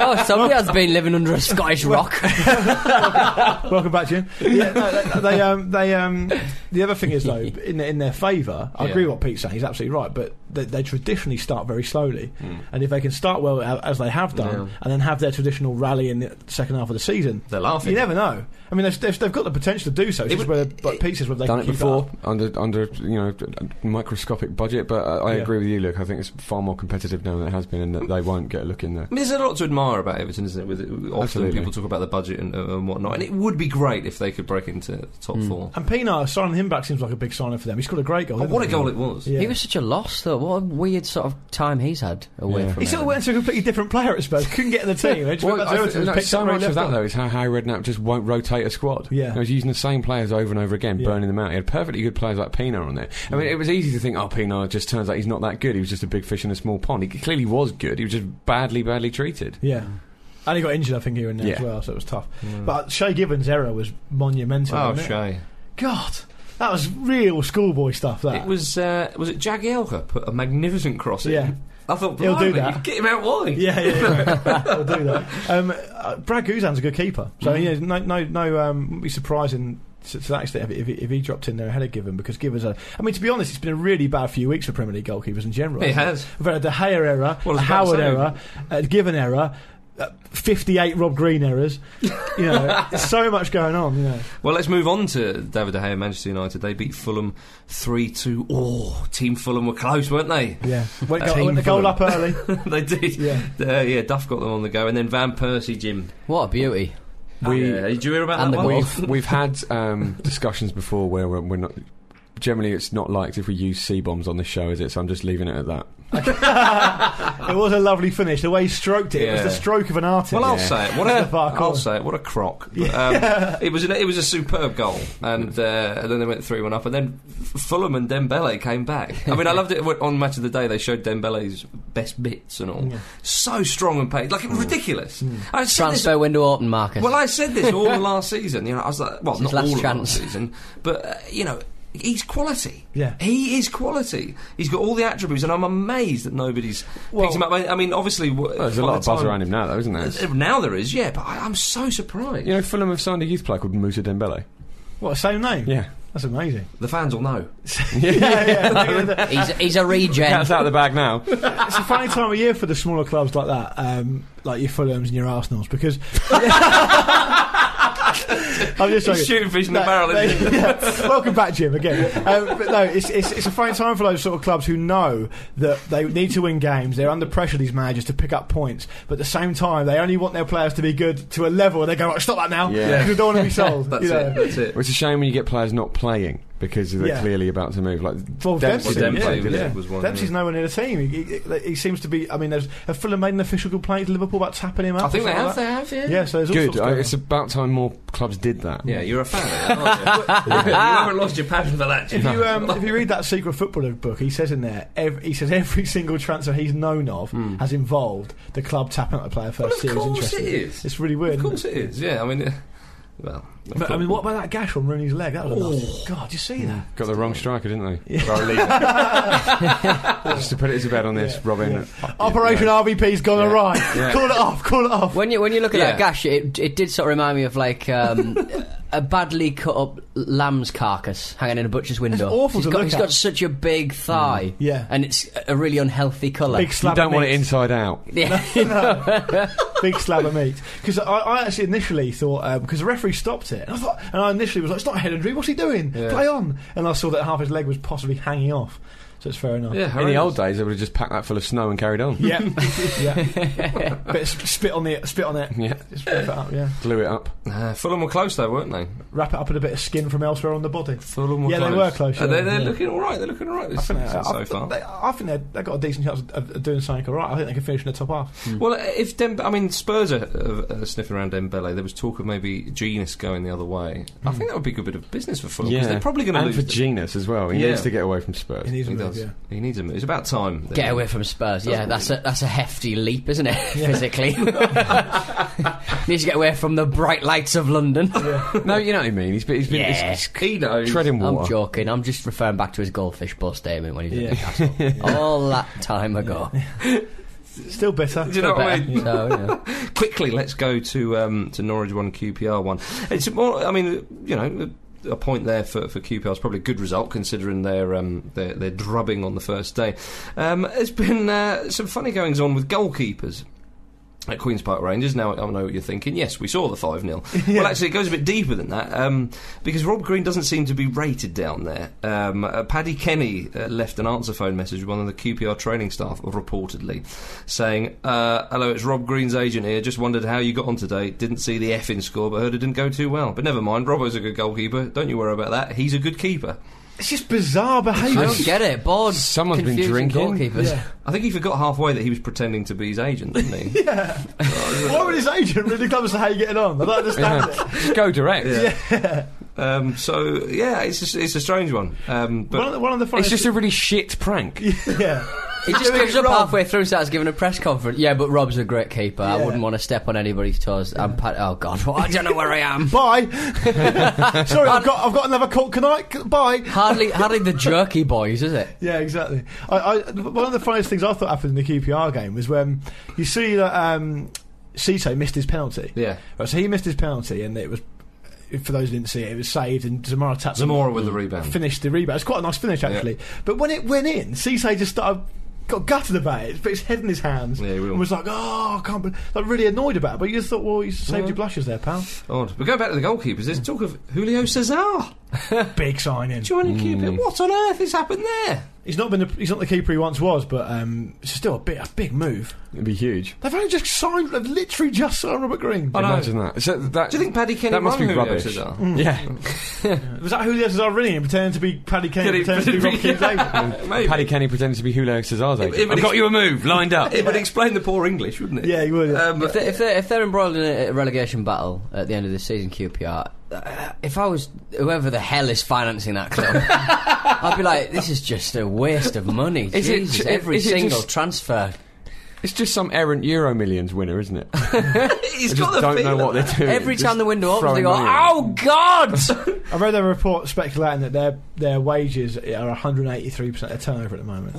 S4: oh, somebody has been living under a Scottish rock.
S6: Welcome back, Jim. Yeah, no, they, they, um, they, um, the other
S5: *laughs*
S6: thing is though, in in their favour, I
S3: Yeah.
S6: agree with what Pete's saying. He's absolutely right, but they, they traditionally start very slowly,
S5: Hmm.
S6: and if they can start well a- as they have done,
S3: Yeah.
S6: and then have their traditional rally in the second half of the season,
S3: They're laughing.
S6: you never know. I mean, they've, they've, they've got the potential to do so. It's
S3: It
S6: just
S3: would-
S6: whether, but Pete says whether they
S5: done
S6: can
S5: it
S6: keep
S5: before
S6: up.
S5: under under you know microscopic budget. But I, I
S6: Yeah.
S5: agree with you, Luke. I think it's far more competitive now than it has been, and that they won't get a look in there.
S3: I mean, there's a lot to admire about Everton, isn't it? With often
S5: Absolutely.
S3: people talk about the budget and, uh, and whatnot, and it would be great if they could break into the top four.
S6: And Pienaar signing him back seems like a big signing for them. He's got a great goal.
S3: Oh,
S6: didn't
S3: what a
S6: he?
S3: goal it was!
S6: Yeah.
S4: He was such a loss, though. What a weird sort of time he's had away
S5: Yeah.
S4: from.
S6: He sort of
S4: it.
S6: went to a completely different player at Spurs. Couldn't get in the team. They just went back to
S5: I
S6: Everton
S5: th-
S6: and
S5: no,
S6: picked
S5: so
S6: up where
S5: much
S6: he
S5: of that
S6: left off.
S5: though is how Harry Redknapp just won't rotate a squad.
S6: Yeah.
S5: You know, he's using the same players over and over again,
S6: Yeah.
S5: burning them out. He had perfectly good players like Pienaar on there. I mean, it was easy to think, oh, Pienaar just turns out he's not that good. He was just a big fish in a small pond. He clearly was good. He was just badly, badly
S6: *laughs*
S5: treated.
S6: Yeah. And he got injured, I think, here and there as
S5: Yeah.
S6: well, so it was tough. But Shay Gibbons' error was monumental.
S3: Mm. Oh,
S6: wasn't it?
S3: Shay.
S6: God, that was real schoolboy stuff. That
S3: It was, uh, was it Jagielka put a magnificent cross in?
S6: Yeah.
S3: I thought,
S6: He'll do
S3: blimey,
S6: that.
S3: you get him out wide.
S6: Yeah, yeah, yeah.
S3: *laughs*
S6: I'll
S3: Mm-hmm.
S6: do that. Um, uh, Brad Guzan's a good keeper, so yeah, no, no, no. Um, wouldn't be surprising to, to that extent, if, if, if he dropped in there ahead of Given, because Given's a. I mean, to be honest, it's been a really bad few weeks for Premier League goalkeepers in general.
S3: It
S6: hasn't
S3: has.
S6: We've had a De Gea era,
S3: Well, I was about
S6: a
S3: to
S6: Howard
S3: say.
S6: era, a Given era. Uh, 58 Rob Green errors. You
S3: *laughs*
S6: know, so much going on, you know.
S3: Well, let's move on to David De Gea, Manchester United. They beat Fulham 3 2. Oh, Team Fulham were close, weren't they? *laughs*
S6: Yeah. Went, go,
S3: Team
S6: went the goal
S3: Fulham.
S6: up early.
S3: they did.
S6: Yeah.
S3: Uh, yeah, Duff got them on the go. And then Van Persie, Jim.
S4: What a beauty.
S5: We-
S3: Yeah, did you hear about
S4: And
S3: that
S4: the
S3: one?
S5: We've, we've had um, discussions before where we're, we're not. Generally, it's not liked if we use C bombs on this show, is it? So I'm just leaving it at that.
S6: it was a lovely finish. The way he stroked it, it was
S3: Yeah.
S6: the stroke of an artist.
S3: Well, I'll
S5: Yeah.
S3: say it. What
S6: That's
S3: a,
S6: the far
S3: I'll
S6: corner.
S3: say it. What a crock. But, um, it was an, it was a superb goal, and, uh, and then they went three one up, and then F- Fulham and Dembele came back. I mean, I loved it when- on Match of the Day. They showed Dembele's best bits and all.
S6: Yeah.
S3: So strong and paid, like it was ridiculous. I said this-
S4: Transfer window open, Marcus.
S3: Well, I said this all of last season. You know, I was like, well,
S4: It's his
S3: not
S4: last
S3: all of
S4: chance.
S3: last season, but uh, you know, he's quality.
S6: Yeah.
S3: he is quality. He's got all the attributes, and I'm amazed that nobody's
S6: Well-
S3: picked him up. I I mean, obviously, w-
S5: Well, there's a
S3: by
S5: lot
S3: the
S5: of buzz
S3: time-
S5: around him now, though, isn't there?
S3: Uh, Now there is, yeah, but I, I'm so surprised.
S5: You know, Fulham have signed a youth player called Musa Dembele.
S6: What, same name?
S5: Yeah.
S6: That's amazing.
S3: The fans will know.
S6: yeah, yeah. they're gonna-
S4: he's, he's a regen.
S5: *laughs* Cat's out of the bag now.
S6: it's a funny time of year for the smaller clubs like that, um, like your Fulhams and your Arsenals, because. *laughs* I'm
S3: He's
S6: just joking.
S3: shooting fish in the barrel, isn't he?
S6: *laughs* yeah. Welcome back, Jim. Again, um, but no, it's, it's it's a funny time for those sort of clubs who know that they need to win games. They're under pressure these managers to pick up points, but at the same time, they only want their players to be good to a level. where They go, right, stop that now.
S5: Yeah.
S6: because we don't want to be
S3: *laughs* *laughs*
S6: sold.
S3: That's
S6: you know.
S3: it. That's it.
S5: It's a shame when you get players not playing because they're
S6: Yeah.
S5: clearly about to move. Like
S6: Well,
S5: Dempsey
S6: Dempsey,
S5: didn't
S6: yeah,
S5: play, did he?
S6: yeah.
S3: was one,
S6: Dempsey's
S3: yeah.
S6: nowhere near the team. He, he, he seems to be. I mean, there's, have Fulham made an official complaint to Liverpool about tapping him up?
S3: I think
S6: or
S3: they
S6: something
S3: have. They have.
S6: Like
S3: Yeah.
S6: that? Yeah, so there's all
S5: Good.
S6: sorts
S5: I,
S6: going
S5: it's
S6: on.
S5: about time more clubs did that.
S3: Yeah, you're a fan of that,
S6: *laughs*
S3: aren't you? you haven't lost your passion for that.
S6: If
S3: Jim.
S6: you,
S5: *laughs*
S6: um, if you read that Secret Footballer book, he says in there, ev he says every single transfer he's known of
S5: Hmm.
S6: has involved the club tapping up a player
S3: Well,
S6: first.
S3: of
S6: series
S3: course it
S6: interested.
S3: is.
S6: It's really weird.
S3: Of course
S6: isn't
S3: it is. Yeah, I mean, uh, well, of
S6: But I
S3: course.
S6: mean, what about that gash on Rooney's leg? That was
S3: Oh.
S6: a nasty. God, you see that?
S5: Got the wrong striker, didn't they? Just to put it to bed on this,
S6: Yeah,
S5: Robin. Uh,
S6: yeah.
S5: Yeah,
S6: Operation
S5: no.
S6: RVP's gone
S5: Yeah.
S6: awry.
S5: Yeah.
S6: *laughs* Call it off. Call it off.
S4: When you when you look at
S3: Yeah.
S4: that gash, it it did sort of remind me of like um, a badly cut up lamb's carcass hanging in a butcher's window.
S6: awful
S4: He's
S6: to
S4: got,
S6: look
S4: he's
S6: at.
S4: got such a big thigh,
S6: Yeah.
S4: and it's a really unhealthy colour.
S6: Big slap
S5: You don't
S6: of
S5: want
S6: meat.
S5: it inside out.
S4: yeah, *laughs*
S6: big slab of meat. Because I, I actually initially thought because the referee stopped it, and I thought, and I initially was like, "It's not a head injury. What's he doing?
S3: Yeah.
S6: Play on!" And I saw that half his leg was possibly hanging off, so it's fair enough.
S3: yeah,
S5: In the
S3: horrendous.
S5: old days, they would have just packed that full of snow and carried on.
S6: Yeah,
S3: *laughs*
S6: yeah. But s- spit on the spit on it.
S5: Yeah.
S6: Just wrap it up. Yeah,
S5: Glue it up.
S3: Uh, Fulham were close though, weren't they?
S6: wrap it up with a bit of skin from elsewhere on the body.
S3: Fulham were
S6: Yeah,
S3: close.
S6: they were close,
S3: Uh,
S6: yeah,
S3: they're they're
S6: yeah.
S3: looking all right. They're looking all right this
S6: I,
S3: season so
S6: I-
S3: far.
S6: They, I think they've they got a decent chance of, of doing something all right. I think they can finish in the top half.
S3: Well, if Dem- I mean Spurs are uh, uh, sniffing around Dembele, there was talk of maybe Genius going the other way. I
S6: Hmm.
S3: think that would be a good bit of business for Fulham because they're probably going to
S5: and
S3: lose.
S5: for
S3: the-
S5: Genus as well. He
S3: Yeah.
S5: needs to get away from Spurs.
S6: He needs a
S3: he
S6: move,
S3: does.
S6: yeah.
S3: He needs him. It's about time. that-
S4: get away from Spurs. Yeah, that's a that's a hefty leap, isn't it? Physically, *laughs* needs to get away from the bright lights of London.
S5: no, you know what I mean. He's been, he's been
S4: Yeah.
S5: he's-
S3: He knows.
S5: he's treading
S4: I'm
S5: water.
S4: joking. I'm just referring back to his goldfish bowl statement when he did
S6: Yeah.
S4: the castle all that time ago.
S6: Still bitter.
S3: Do you know what I
S4: Better.
S3: mean?
S4: So, yeah.
S3: Quickly, let's go to um, to Norwich one, QPR one. It's more. I mean, you know. A point there for, for QPR is probably a good result considering their um, their, their drubbing on the first day. Um, there's been uh, some funny goings on with goalkeepers at Queen's Park Rangers. Now I know what you're thinking. Yes, we saw the 5 0.
S6: *laughs*
S3: Well, actually, it goes a bit deeper than that um, because Rob Green doesn't seem to be rated down there. Um, uh, Paddy Kenny uh, left an answer phone message with one of the QPR training staff, reportedly, saying, uh, Hello, it's Rob Green's agent here. Just wondered how you got on today. Didn't see the F in score, but heard it didn't go too well. But never mind, Robbo's a good goalkeeper. Don't you worry about that. He's a good keeper.
S6: It's just bizarre
S3: *laughs*
S4: I
S6: behaviour.
S4: don't get it. Bored.
S5: Someone's been
S4: confusing
S5: drinking.
S4: Goalkeepers.
S6: Yeah.
S3: I think he forgot halfway that he was pretending to be his agent, didn't
S6: *laughs*
S3: he?
S6: Why would his agent really come and say how you getting on? I don't understand it.
S5: Just go direct.
S3: um, so, yeah, it's a, it's a strange one. Um, but
S6: one, of the, one of the
S5: It's
S6: funniest.
S5: just a really shit prank.
S6: *laughs* yeah.
S4: He just
S6: Doing
S4: comes
S6: it
S4: up
S6: wrong.
S4: halfway through and starts giving a press conference. Yeah, but Rob's a great keeper. I
S6: Yeah.
S4: wouldn't want to step on anybody's toes. I'm pat- oh god, *laughs* I don't know where I
S6: *laughs*
S3: *laughs*
S4: am.
S6: Bye. Sorry, I've got I've got another call. Can I? c- Bye.
S4: hardly, hardly the jerky boys, is it?
S6: Yeah, exactly. I, I, one of the funniest things I thought happened in the QPR game was when you see that um, Cito missed his penalty.
S3: Yeah.
S6: Right, so he missed his penalty, and it was for those who didn't see it, it was saved, and Zamora tapped
S3: Zamora with the rebound.
S6: finished the rebound. It's quite a nice finish actually. But when it went in, Cisse just started. Got gutted about it, put his head in his hands,
S3: Yeah, he will.
S6: and was like, "Oh, I can't!" Be-, like really annoyed about it. But you just thought, "Well, you saved your blushes
S3: *laughs*
S6: there, pal."
S3: Odd. But going back to the goalkeepers, there's talk of Julio Cesar
S6: Big signing.
S5: Mm.
S3: joining Cuba. What on earth has happened there?
S6: He's not been. The, he's not the keeper he once was, but um, it's still a bit a big move.
S5: It'd be huge.
S6: They've only just signed. They've literally just signed Robert Green.
S3: I know.
S5: Imagine that. So that.
S3: Do you think Paddy Kenny
S5: that must
S3: won
S5: be
S3: Julio
S5: rubbish? Mm.
S3: Cesar?
S5: Yeah,
S6: Was that who the others are ringing? Pretending to be Paddy Kane,
S3: Kenny-
S6: pretending
S5: *laughs*
S6: to be Rob King's agent.
S3: Maybe.
S5: *laughs* Paddy Kenny pretended to be Julio Cesar's agent.
S3: it would
S5: I've got
S3: ex-
S5: you a move
S3: *laughs*
S5: lined up.
S3: It would explain the poor English, wouldn't it?
S6: Yeah, he would. yeah.
S3: Um,
S4: If they're, if, they're, if they're embroiled in a relegation battle at the end of the season, QPR, uh, if I was whoever the hell is financing that club, I'd be like, this is just a waste of money.
S5: Is it-
S4: Jesus,
S5: is it
S4: every
S5: just-
S4: single transfer.
S5: It's just some errant Euro Millions winner, isn't it?
S3: *laughs* he's got
S5: I just
S3: the
S5: don't know
S3: feeling.
S5: what they're doing.
S4: Every
S5: Just
S4: time the window opens,
S5: throwing
S4: they go,
S5: money at it.
S4: oh, God!
S6: I read a report speculating that their their wages are 183 percent of turnover at the moment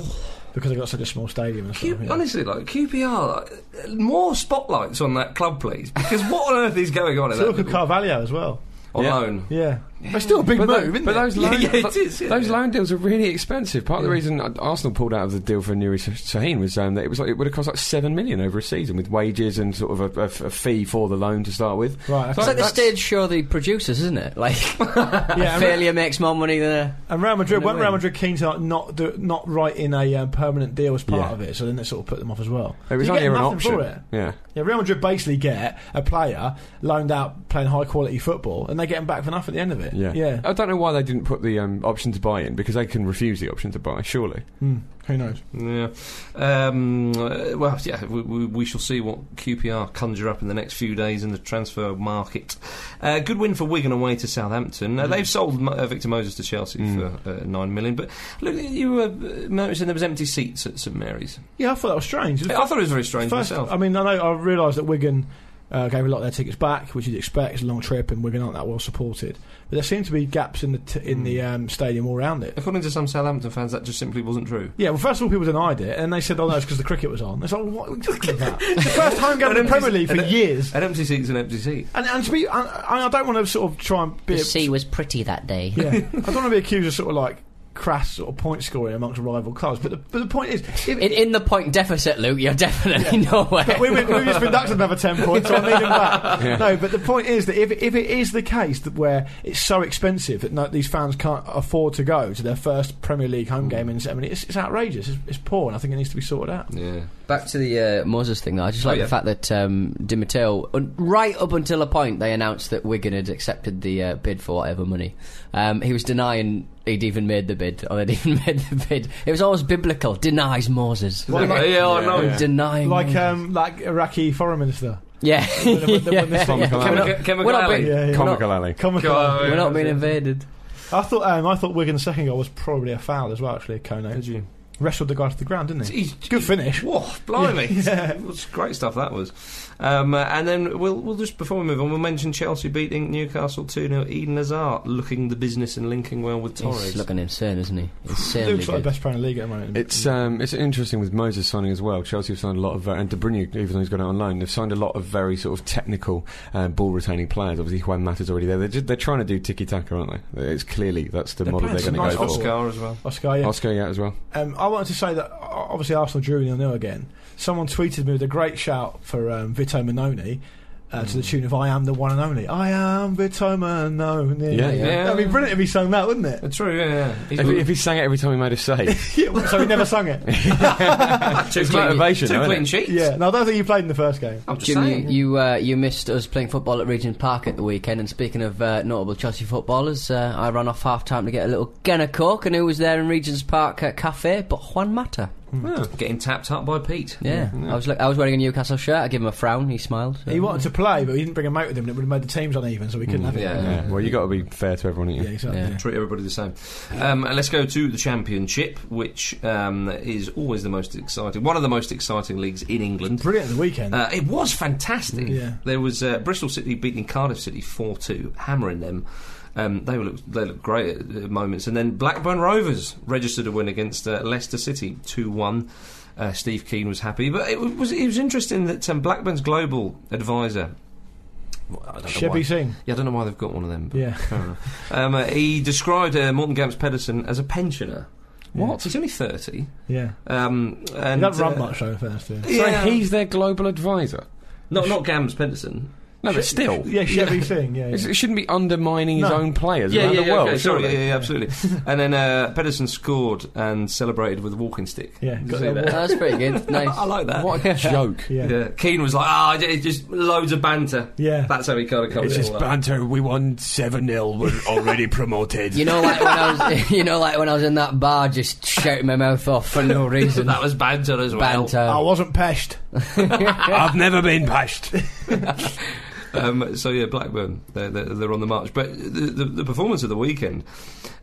S6: because they've got such a small stadium. And
S3: Q-
S6: stuff, yeah.
S3: Honestly, like QPR, like, more spotlights on that club, please, because what on earth is going on in
S6: So look
S3: that
S6: at Carvalho as well.
S3: on
S5: Yeah.
S3: loan?
S6: Yeah, but still a big
S5: But,
S6: move,
S5: tho-
S6: isn't
S5: but
S6: it?
S5: those
S3: Yeah,
S5: loan,
S3: yeah, it
S5: th-
S3: is, *laughs* yeah.
S5: those loan deals are really expensive. Part of the reason uh, Arsenal pulled out of the deal for Nuri Sahin was um, that it was like, it would have cost like seven million over a season with wages and sort of a, a- a fee for the loan to start with.
S6: Right,
S5: So
S4: It's like the
S5: that's-
S4: stage show the producers, isn't it? Like, *laughs*
S6: Yeah, and-
S4: failure makes more money than a.
S6: And Real Madrid,
S5: No
S6: weren't
S5: way.
S6: Real Madrid keen to like, not do, not write in a um, permanent deal as part
S5: Yeah.
S6: of it? So then it sort of put them off as well.
S5: It was
S6: you
S5: only
S6: get
S5: an
S6: nothing
S5: option.
S6: for it.
S5: Yeah.
S6: Yeah, Real Madrid basically get a player loaned out playing high quality football, and they get him back for nothing at the end of it.
S5: Yeah.
S6: yeah.
S5: I don't know why they didn't put the um, option to buy in because they can refuse the option to buy, surely.
S6: Hmm, who knows?
S3: Yeah. Um, uh, well, yeah, we, we, we shall see what QPR conjure up in the next few days in the transfer market. Uh, good win for Wigan away to Southampton. Uh, They've sold Mo- uh, Victor Moses to Chelsea for uh, nine million. But look, you were uh, noticing there was empty seats at St Mary's.
S6: Yeah, I thought that was strange. It was
S3: I thought it was very strange
S6: First,
S3: myself.
S6: I mean, I know I realised that Wigan uh, gave a lot of their tickets back, which you'd expect. It's a long trip, and Wigan aren't that well supported. But there seem to be gaps in the t- in the um, stadium all around it.
S3: According to some Southampton fans, that just simply wasn't true.
S6: Yeah, well, first of all, people denied it, and they said, "Oh no, it's because the cricket was on." It's like, what are you talking about? the first home game in the Premier League for years.
S3: An empty seat's an empty seat.
S6: And, and to be, I, I don't want to sort of try and be.
S4: The
S6: a-
S4: sea was pretty that day.
S6: yeah, *laughs* I don't want to be accused of sort of like crass sort of point scoring amongst rival clubs. But the, but the point is, if,
S4: In, in the point deficit, Luke, you're definitely nowhere.
S6: But we, we, we've just deducted another 10 points, *laughs* so I need them back.
S5: Yeah.
S6: No, but the point is that if, if it is the case that where it's so expensive that no, these fans can't afford to go to their first Premier League home game in Germany, it's, it's outrageous. It's, it's poor, and I think it needs to be sorted out.
S3: Yeah.
S4: Back to the uh, Moses thing, though. I just like
S3: Oh, yeah.
S4: the fact that um, Di Matteo, un- right up until a point, they announced that Wigan had accepted the uh, bid for whatever money. Um, he was denying he'd even made the bid, or they'd *laughs* even made the bid. It was always biblical. Denies Moses.
S6: Well, like-
S3: yeah, I
S5: Yeah.
S3: know.
S5: Yeah.
S4: Denying.
S6: Like
S4: Moses.
S6: um, like Iraqi foreign minister.
S4: *laughs* yeah.
S6: When, when, when this
S5: Tom
S6: thing-
S5: Kalala.
S3: Chemical- Chemical
S4: We're not
S3: Alley.
S4: being-
S6: Yeah, yeah.
S5: Comical Alley.
S6: Come on.
S3: Go-
S4: We're not being invaded.
S6: I thought um, I thought Wigan's second goal was probably a foul as well. Actually, Kone
S3: Did you?
S6: wrestled the guy to the ground, didn't he?
S3: He's-
S6: Good finish. *laughs*
S3: Whoa, blimey! *laughs* It was great stuff that was. Um, uh, and then we'll we'll just before we move on, we'll mention Chelsea beating Newcastle two 0 Eden Hazard looking the business and linking well with
S4: He's
S3: Torres.
S4: looking insane, isn't he? Insanely
S6: Looks like the
S4: good.
S6: best player in the league at the moment.
S5: It's um, it's interesting with Moses signing as well. Chelsea have signed a lot of, uh, and De Bruyne, even though he's gone out on loan, they've signed a lot of very sort of technical um, ball retaining players. Obviously, Juan Mata's already there. They're, just, they're trying to do tiki taka, aren't they? It's clearly that's the
S6: They're
S5: model
S6: playing
S5: they're
S6: some
S5: going to
S6: nice
S5: go for.
S6: football.
S3: Oscar as well.
S6: Oscar, yeah.
S5: Oscar, yeah, as well.
S6: Um, I wanted to say that o- obviously Arsenal drew nil nil again. Someone tweeted me with a great shout for um, Vito Manoni. Uh, To the
S3: Mm.
S6: tune of "I am the one and only," I am Vito Manoni.
S5: Yeah,
S3: yeah.
S6: that'd be brilliant if he sung that,
S3: *laughs*
S6: wouldn't it? *laughs*
S3: Uh, True, yeah. yeah. He's
S5: If, he- *laughs*
S3: got- *laughs*
S5: if he sang it every time he made a save,
S6: Yeah, so he never sung it.
S3: two
S5: it's
S3: clean-
S5: motivation,
S3: two
S5: though,
S3: clean
S5: isn't
S3: sheets.
S6: Yeah, no, I don't think he played in the first game.
S3: I'm just
S4: Jimmy,
S3: saying.
S4: you uh, you missed us playing football at Regent Park at the weekend. And speaking of uh, notable Chelsea footballers, uh, I ran off half time to get a little Genna Coke, and who was there in Regent's Park uh, Cafe but Juan Mata?
S3: Getting tapped up by Pete.
S4: Yeah, I was look, I was wearing a Newcastle shirt. I gave him a frown. He smiled.
S6: He wanted to play, but he didn't bring a mate with him, and it would have made the teams uneven, so we couldn't have it.
S3: Mm, Yeah.
S5: Yeah, well, you got to be fair to everyone, ain't you?
S6: Yeah, exactly.
S4: Yeah.
S6: yeah.
S3: Treat everybody the same. Um, and let's go to the Championship, which um, is always the most exciting, one of the most exciting leagues in England.
S6: Brilliant at the weekend.
S3: Uh, it was fantastic.
S6: Yeah.
S3: There was uh, Bristol City beating Cardiff City 4 2, hammering them. Um, they looked they looked great at, at moments. And then Blackburn Rovers registered a win against uh, Leicester City 2 1. Uh, Steve Keane was happy, but it was it was interesting that um, Blackburn's global advisor well, I don't know why.
S6: Shabby Singh.
S3: Yeah, I don't know why they've got one of them. But
S6: Yeah.
S3: Fair enough. Um, uh, he described uh, Morton Gamps Pedersen as a pensioner. What? He's only 30.
S6: Yeah.
S3: Um,
S6: You
S3: and,
S6: don't run
S3: uh,
S6: much though, first. Yeah.
S5: So
S3: Yeah.
S5: he's their global advisor.
S3: Not, not Gams Pedersen.
S5: No, but still,
S6: Yeah, Shabby
S3: *laughs*
S6: Singh. Yeah. yeah.
S5: It's- it shouldn't be undermining his
S6: No.
S5: own players around the
S3: okay,
S5: world.
S3: sorry,
S5: surely.
S3: yeah, yeah, absolutely.
S5: *laughs*
S3: and then uh, Pedersen scored and celebrated with a walking stick.
S6: Yeah,
S3: Did you
S6: got
S3: see
S6: the
S3: that?
S6: walk-
S4: Uh, That's pretty good. Nice.
S3: I like that.
S5: What a joke!
S3: *laughs*
S6: Yeah.
S3: Yeah. Keane was like, ah, it's just loads of banter.
S6: Yeah.
S3: That's how he kind of covered it all up.
S5: banter. We won seven 0 We're already promoted.
S4: You know, like when I was, *laughs* you know, like when I was in that bar, just shouting my mouth off for no reason.
S3: that was banter as well.
S4: banter.
S6: I wasn't peshed.
S5: I've never been bashed.
S3: Um, so yeah, Blackburn, they're, they're, they're on the march. But the, the, the performance of the weekend,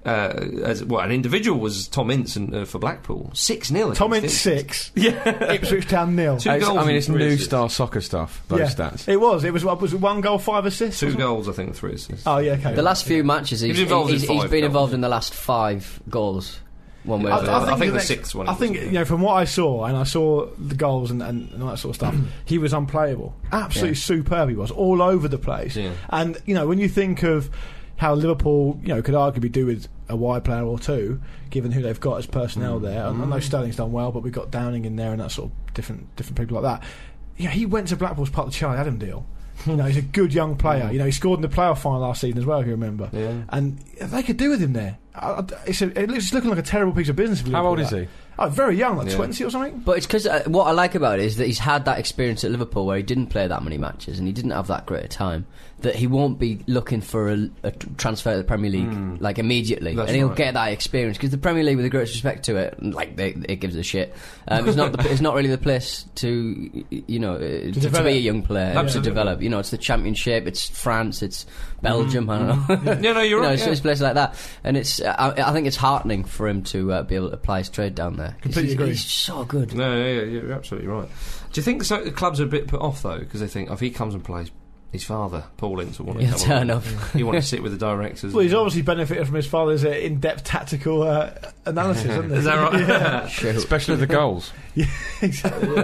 S3: uh, as well, an individual was Tom Ince and, uh, for Blackpool, six 0
S6: Tom Ince six. Yeah. Ipswich Town nil.
S3: Two goals
S5: I mean,
S3: and
S5: it's
S3: three
S5: new
S3: assists.
S5: star soccer stuff.
S3: *laughs*
S5: Those stats.
S6: It was. It was. What was it, one goal, five assists.
S3: Two
S6: wasn't it?
S3: goals, I think, three assists.
S6: Oh yeah. Okay.
S4: The last few matches, he's,
S3: was involved in
S4: he's, he's
S3: five
S4: been
S3: goals.
S4: involved in the last five goals. One way or
S3: I-
S4: the
S3: I
S4: other.
S3: think
S6: the
S3: the
S6: next-
S3: sixth one
S6: I
S3: was-
S6: think you know from what I saw, and I saw the goals and, and, and all that sort of
S3: Mm.
S6: stuff. he was unplayable, absolutely superb. He was all over the place,
S3: Yeah.
S6: and you know when you think of how Liverpool, you know, could arguably do with a wide player or two, given who they've got as personnel
S3: Mm.
S6: there. And I know Sterling's done well, but we've got Downing in there and that sort of different different people like that. Yeah, he went to Blackpool's part of the Charlie Adam deal. You know, he's a good young player.
S3: Mm.
S6: You know, he scored in the playoff final last season as well, if you remember.
S3: Yeah.
S6: And they could do with him there. I, I- it's a, it looks, it's looking like a terrible piece of business. for
S5: How
S6: Liverpool,
S5: old is
S6: that.
S5: he?
S6: Oh, very young, like
S3: Yeah.
S6: 20 or something.
S4: But it's because uh, what I like about it is that he's had that experience at Liverpool where he didn't play that many matches and he didn't have that great a time. That he won't be looking for a, a t- transfer to the Premier League like immediately,
S3: Hmm. That's
S4: and he'll
S3: right.
S4: get that experience because the Premier League, with the greatest respect to it, like they, it gives a shit. Um, it's not the, it's not really the place to y- y- you know uh, to, to
S6: develop.
S4: be a young player
S3: Absolutely.
S4: to develop. You know, it's the Championship, it's France, it's Belgium. I don't know.
S3: Hmm. Yeah, no, you're
S4: *laughs* You know,
S3: right.
S4: it's,
S3: yeah.
S4: it's places like that, and it's. I, I think it's heartening for him to uh, be able to apply his trade down there. 'Cause
S6: Completely
S4: he's,
S6: agree.
S4: He's so good.
S3: No, yeah, yeah, you're absolutely right. Do you think so, the clubs are a bit put off though because they think "Oh, if he comes and plays, his father Paul Ince will want to
S4: He'll
S3: come on.
S4: turn up.
S3: He wants to
S5: *laughs*
S3: sit with the directors.
S6: Well, he's obviously benefited from his father's uh, in depth tactical uh, analysis, isn't
S3: *laughs*
S6: he?
S3: Is that right?
S6: *laughs* Yeah,
S4: Shoot.
S5: Especially the goals.
S6: exactly.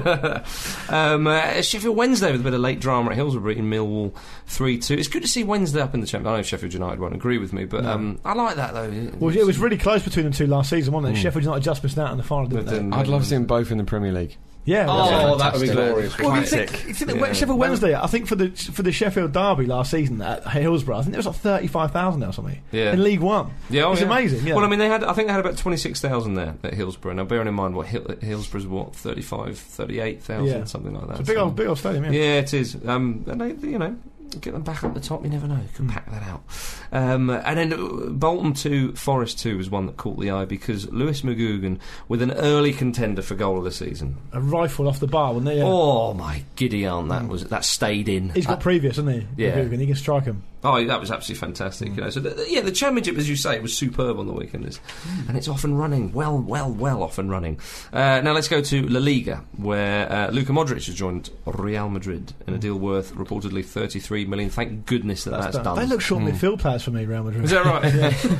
S3: um, uh, Sheffield Wednesday with a bit of late drama at Hillsborough in Millwall 3 2. It's good to see Wednesday up in the Champions I know Sheffield United won't agree with me, but um, I like that though.
S6: Well, it was really close between them two last season, wasn't it? Sheffield United just missed out in the final, didn't they?
S3: Hmm. Then-
S5: I'd love to see them both in the Premier League.
S6: Yeah.
S3: Oh, that would be
S5: Fantastic.
S3: glorious.
S6: Well, you
S3: Classic.
S6: think, you think that
S3: Yeah.
S6: Sheffield Wednesday, I think for the for the Sheffield derby last season at Hillsborough, I think there was like 35,000 or something
S3: Yeah.
S6: in League One.
S3: Yeah, oh,
S6: it's
S3: yeah.
S6: amazing. Yeah.
S3: Well, I mean, they had. I think they had about twenty six thousand there at Hillsborough. Now, bearing in mind what Hill, Hillsborough's what 35, 38,000,
S6: Yeah.
S3: something like that.
S6: it's a big
S3: So-
S6: old, big old stadium, yeah.
S3: Yeah, it is. Um, and they, you know, get them back up the top. You never know. You
S6: Hmm.
S3: can pack that out. Um, and then uh, Bolton two, Forest two was one that caught the eye because Lewis McGugan with an early contender for goal of the season.
S6: A rifle off the bar, wasn't it? Yeah. Hmm.
S3: Oh my giddy aunt, that was that stayed in.
S6: He's
S4: Uh,
S6: got previous, hasn't he?
S3: yeah.
S6: Dugan, He can strike him.
S3: Oh, that was absolutely fantastic. You know, so the, the- yeah, the championship, as you say, was superb on the weekend, is- and it's off and running. Well, well, well, off and running. Uh, now let's go to La Liga, where uh, Luka Modric has joined Real Madrid in a deal worth reportedly 33 million. Thank goodness that that's, done.
S6: They look short midfield players for me, Real
S3: *laughs*
S6: Madrid.
S3: is that right? *laughs*
S6: I,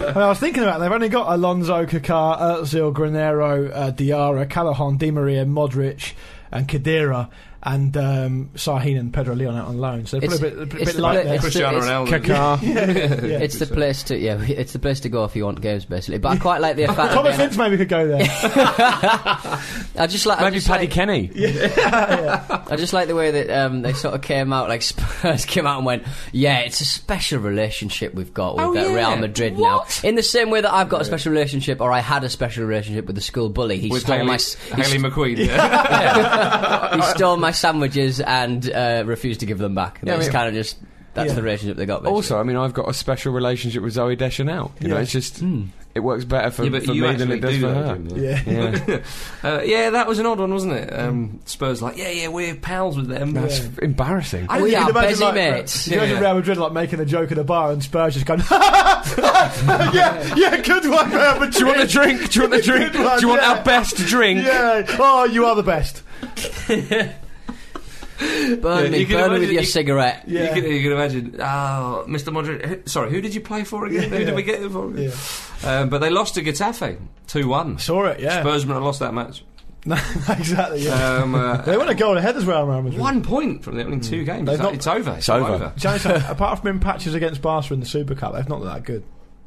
S6: mean, I was thinking about it. they've only got Alonso, Kaká, Özil, Granero, uh, Diarra, Callahan, Di Maria, Modric, and Kadira, and um, Sahin and Pedro Leon out on loan. So they're
S4: It's-
S6: probably a bit, a
S4: it's
S6: bit
S4: the
S6: light
S4: pla-
S6: there.
S4: it's the-
S3: Cristiano
S4: it's-
S3: Ronaldo. *laughs*
S5: Kaká.
S3: Yeah,
S4: Uh, It's the
S3: good stuff.
S4: place to yeah, it's the place to go if you want games basically. But I
S3: *laughs*
S4: quite like the fact.
S6: Thomas
S4: that
S6: Vince maybe could go there.
S4: I just like I
S5: Maybe
S4: just
S5: Paddy
S4: like, *laughs*
S5: Kenny.
S4: I just like the way that um, they sort of came out like Spurs *laughs* came out and went, yeah, it's a special relationship we've got with
S3: Oh,
S4: uh,
S3: yeah.
S4: Real Madrid
S3: What?
S4: now. In the same way that I've got a special relationship, or I had a special relationship with the school bully. He
S3: With
S4: stole
S3: Haley,
S4: my s- he
S3: Haley McQueen. Yeah.
S4: *laughs* he stole my sandwiches and uh, refused to give them back. That's
S5: I mean-
S4: kind of just that's
S6: Yeah.
S4: the relationship they got. Basically.
S5: Also, I mean, I've got a special relationship with Zoe Deschanel. You know,
S6: Yeah.
S5: it's just it works better for,
S3: Hmm. Yeah, but
S5: for
S3: you
S5: me than
S3: actually
S5: it does
S3: do
S5: for
S3: that,
S5: her.
S3: don't you?
S6: yeah.
S5: Yeah.
S3: *laughs* Uh, yeah, that was an odd one, wasn't it? Um, Spurs like, yeah, yeah, we're pals with them.
S5: That's embarrassing.
S3: I
S4: we
S6: You
S4: are
S6: can imagine,
S4: busy
S6: like,
S4: mates.
S6: You can imagine
S3: Yeah.
S6: Real Madrid like making a joke at a bar and Spurs just going, *laughs* yeah, yeah, good one, Real Madrid.
S5: Do you want a drink? Do you want a drink? Do
S6: Good one,
S5: you want
S6: yeah.
S5: our best drink?
S6: Yeah. Oh, you are the best.
S4: Burn
S3: Yeah,
S4: me,
S3: you can
S4: burn me with
S3: imagine-
S4: your
S3: you-
S4: cigarette.
S6: Yeah.
S3: You, can, you can imagine. Oh, Mr. Modric. who- Sorry, who did you play for again?
S6: Yeah,
S3: who
S6: yeah.
S3: did we get him for?
S6: Yeah.
S3: Um, but they lost to Getafe 2 1.
S6: Saw it, yeah.
S3: Spursman had lost that match.
S6: No, *laughs* exactly. Yeah.
S3: Um, uh,
S6: *laughs* they want a goal ahead as well, Real Madrid.
S3: one point from the opening two games.
S6: They've
S3: It's,
S6: not-
S3: it's over. It's,
S5: It's
S3: all
S5: over.
S6: Giants, *laughs* apart from in patches against Barca in the Super Cup, they've not looked that good.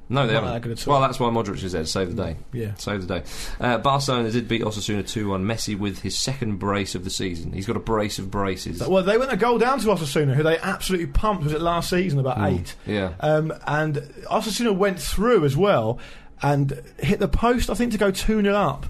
S3: No, they
S6: Not
S3: haven't.
S6: that good at all.
S3: well, that's why Modric is there to save the day.
S6: Yeah.
S3: Save the day. Uh, Barcelona did beat Osasuna 2 1. Messi with his second brace of the season. He's got a brace of braces.
S6: Well, they went a goal down to Osasuna, who they absolutely pumped. Was it last season? About
S3: Hmm.
S6: eight.
S3: yeah.
S6: Um, and Osasuna went through as well and hit the post, I think, to go 2 0 up.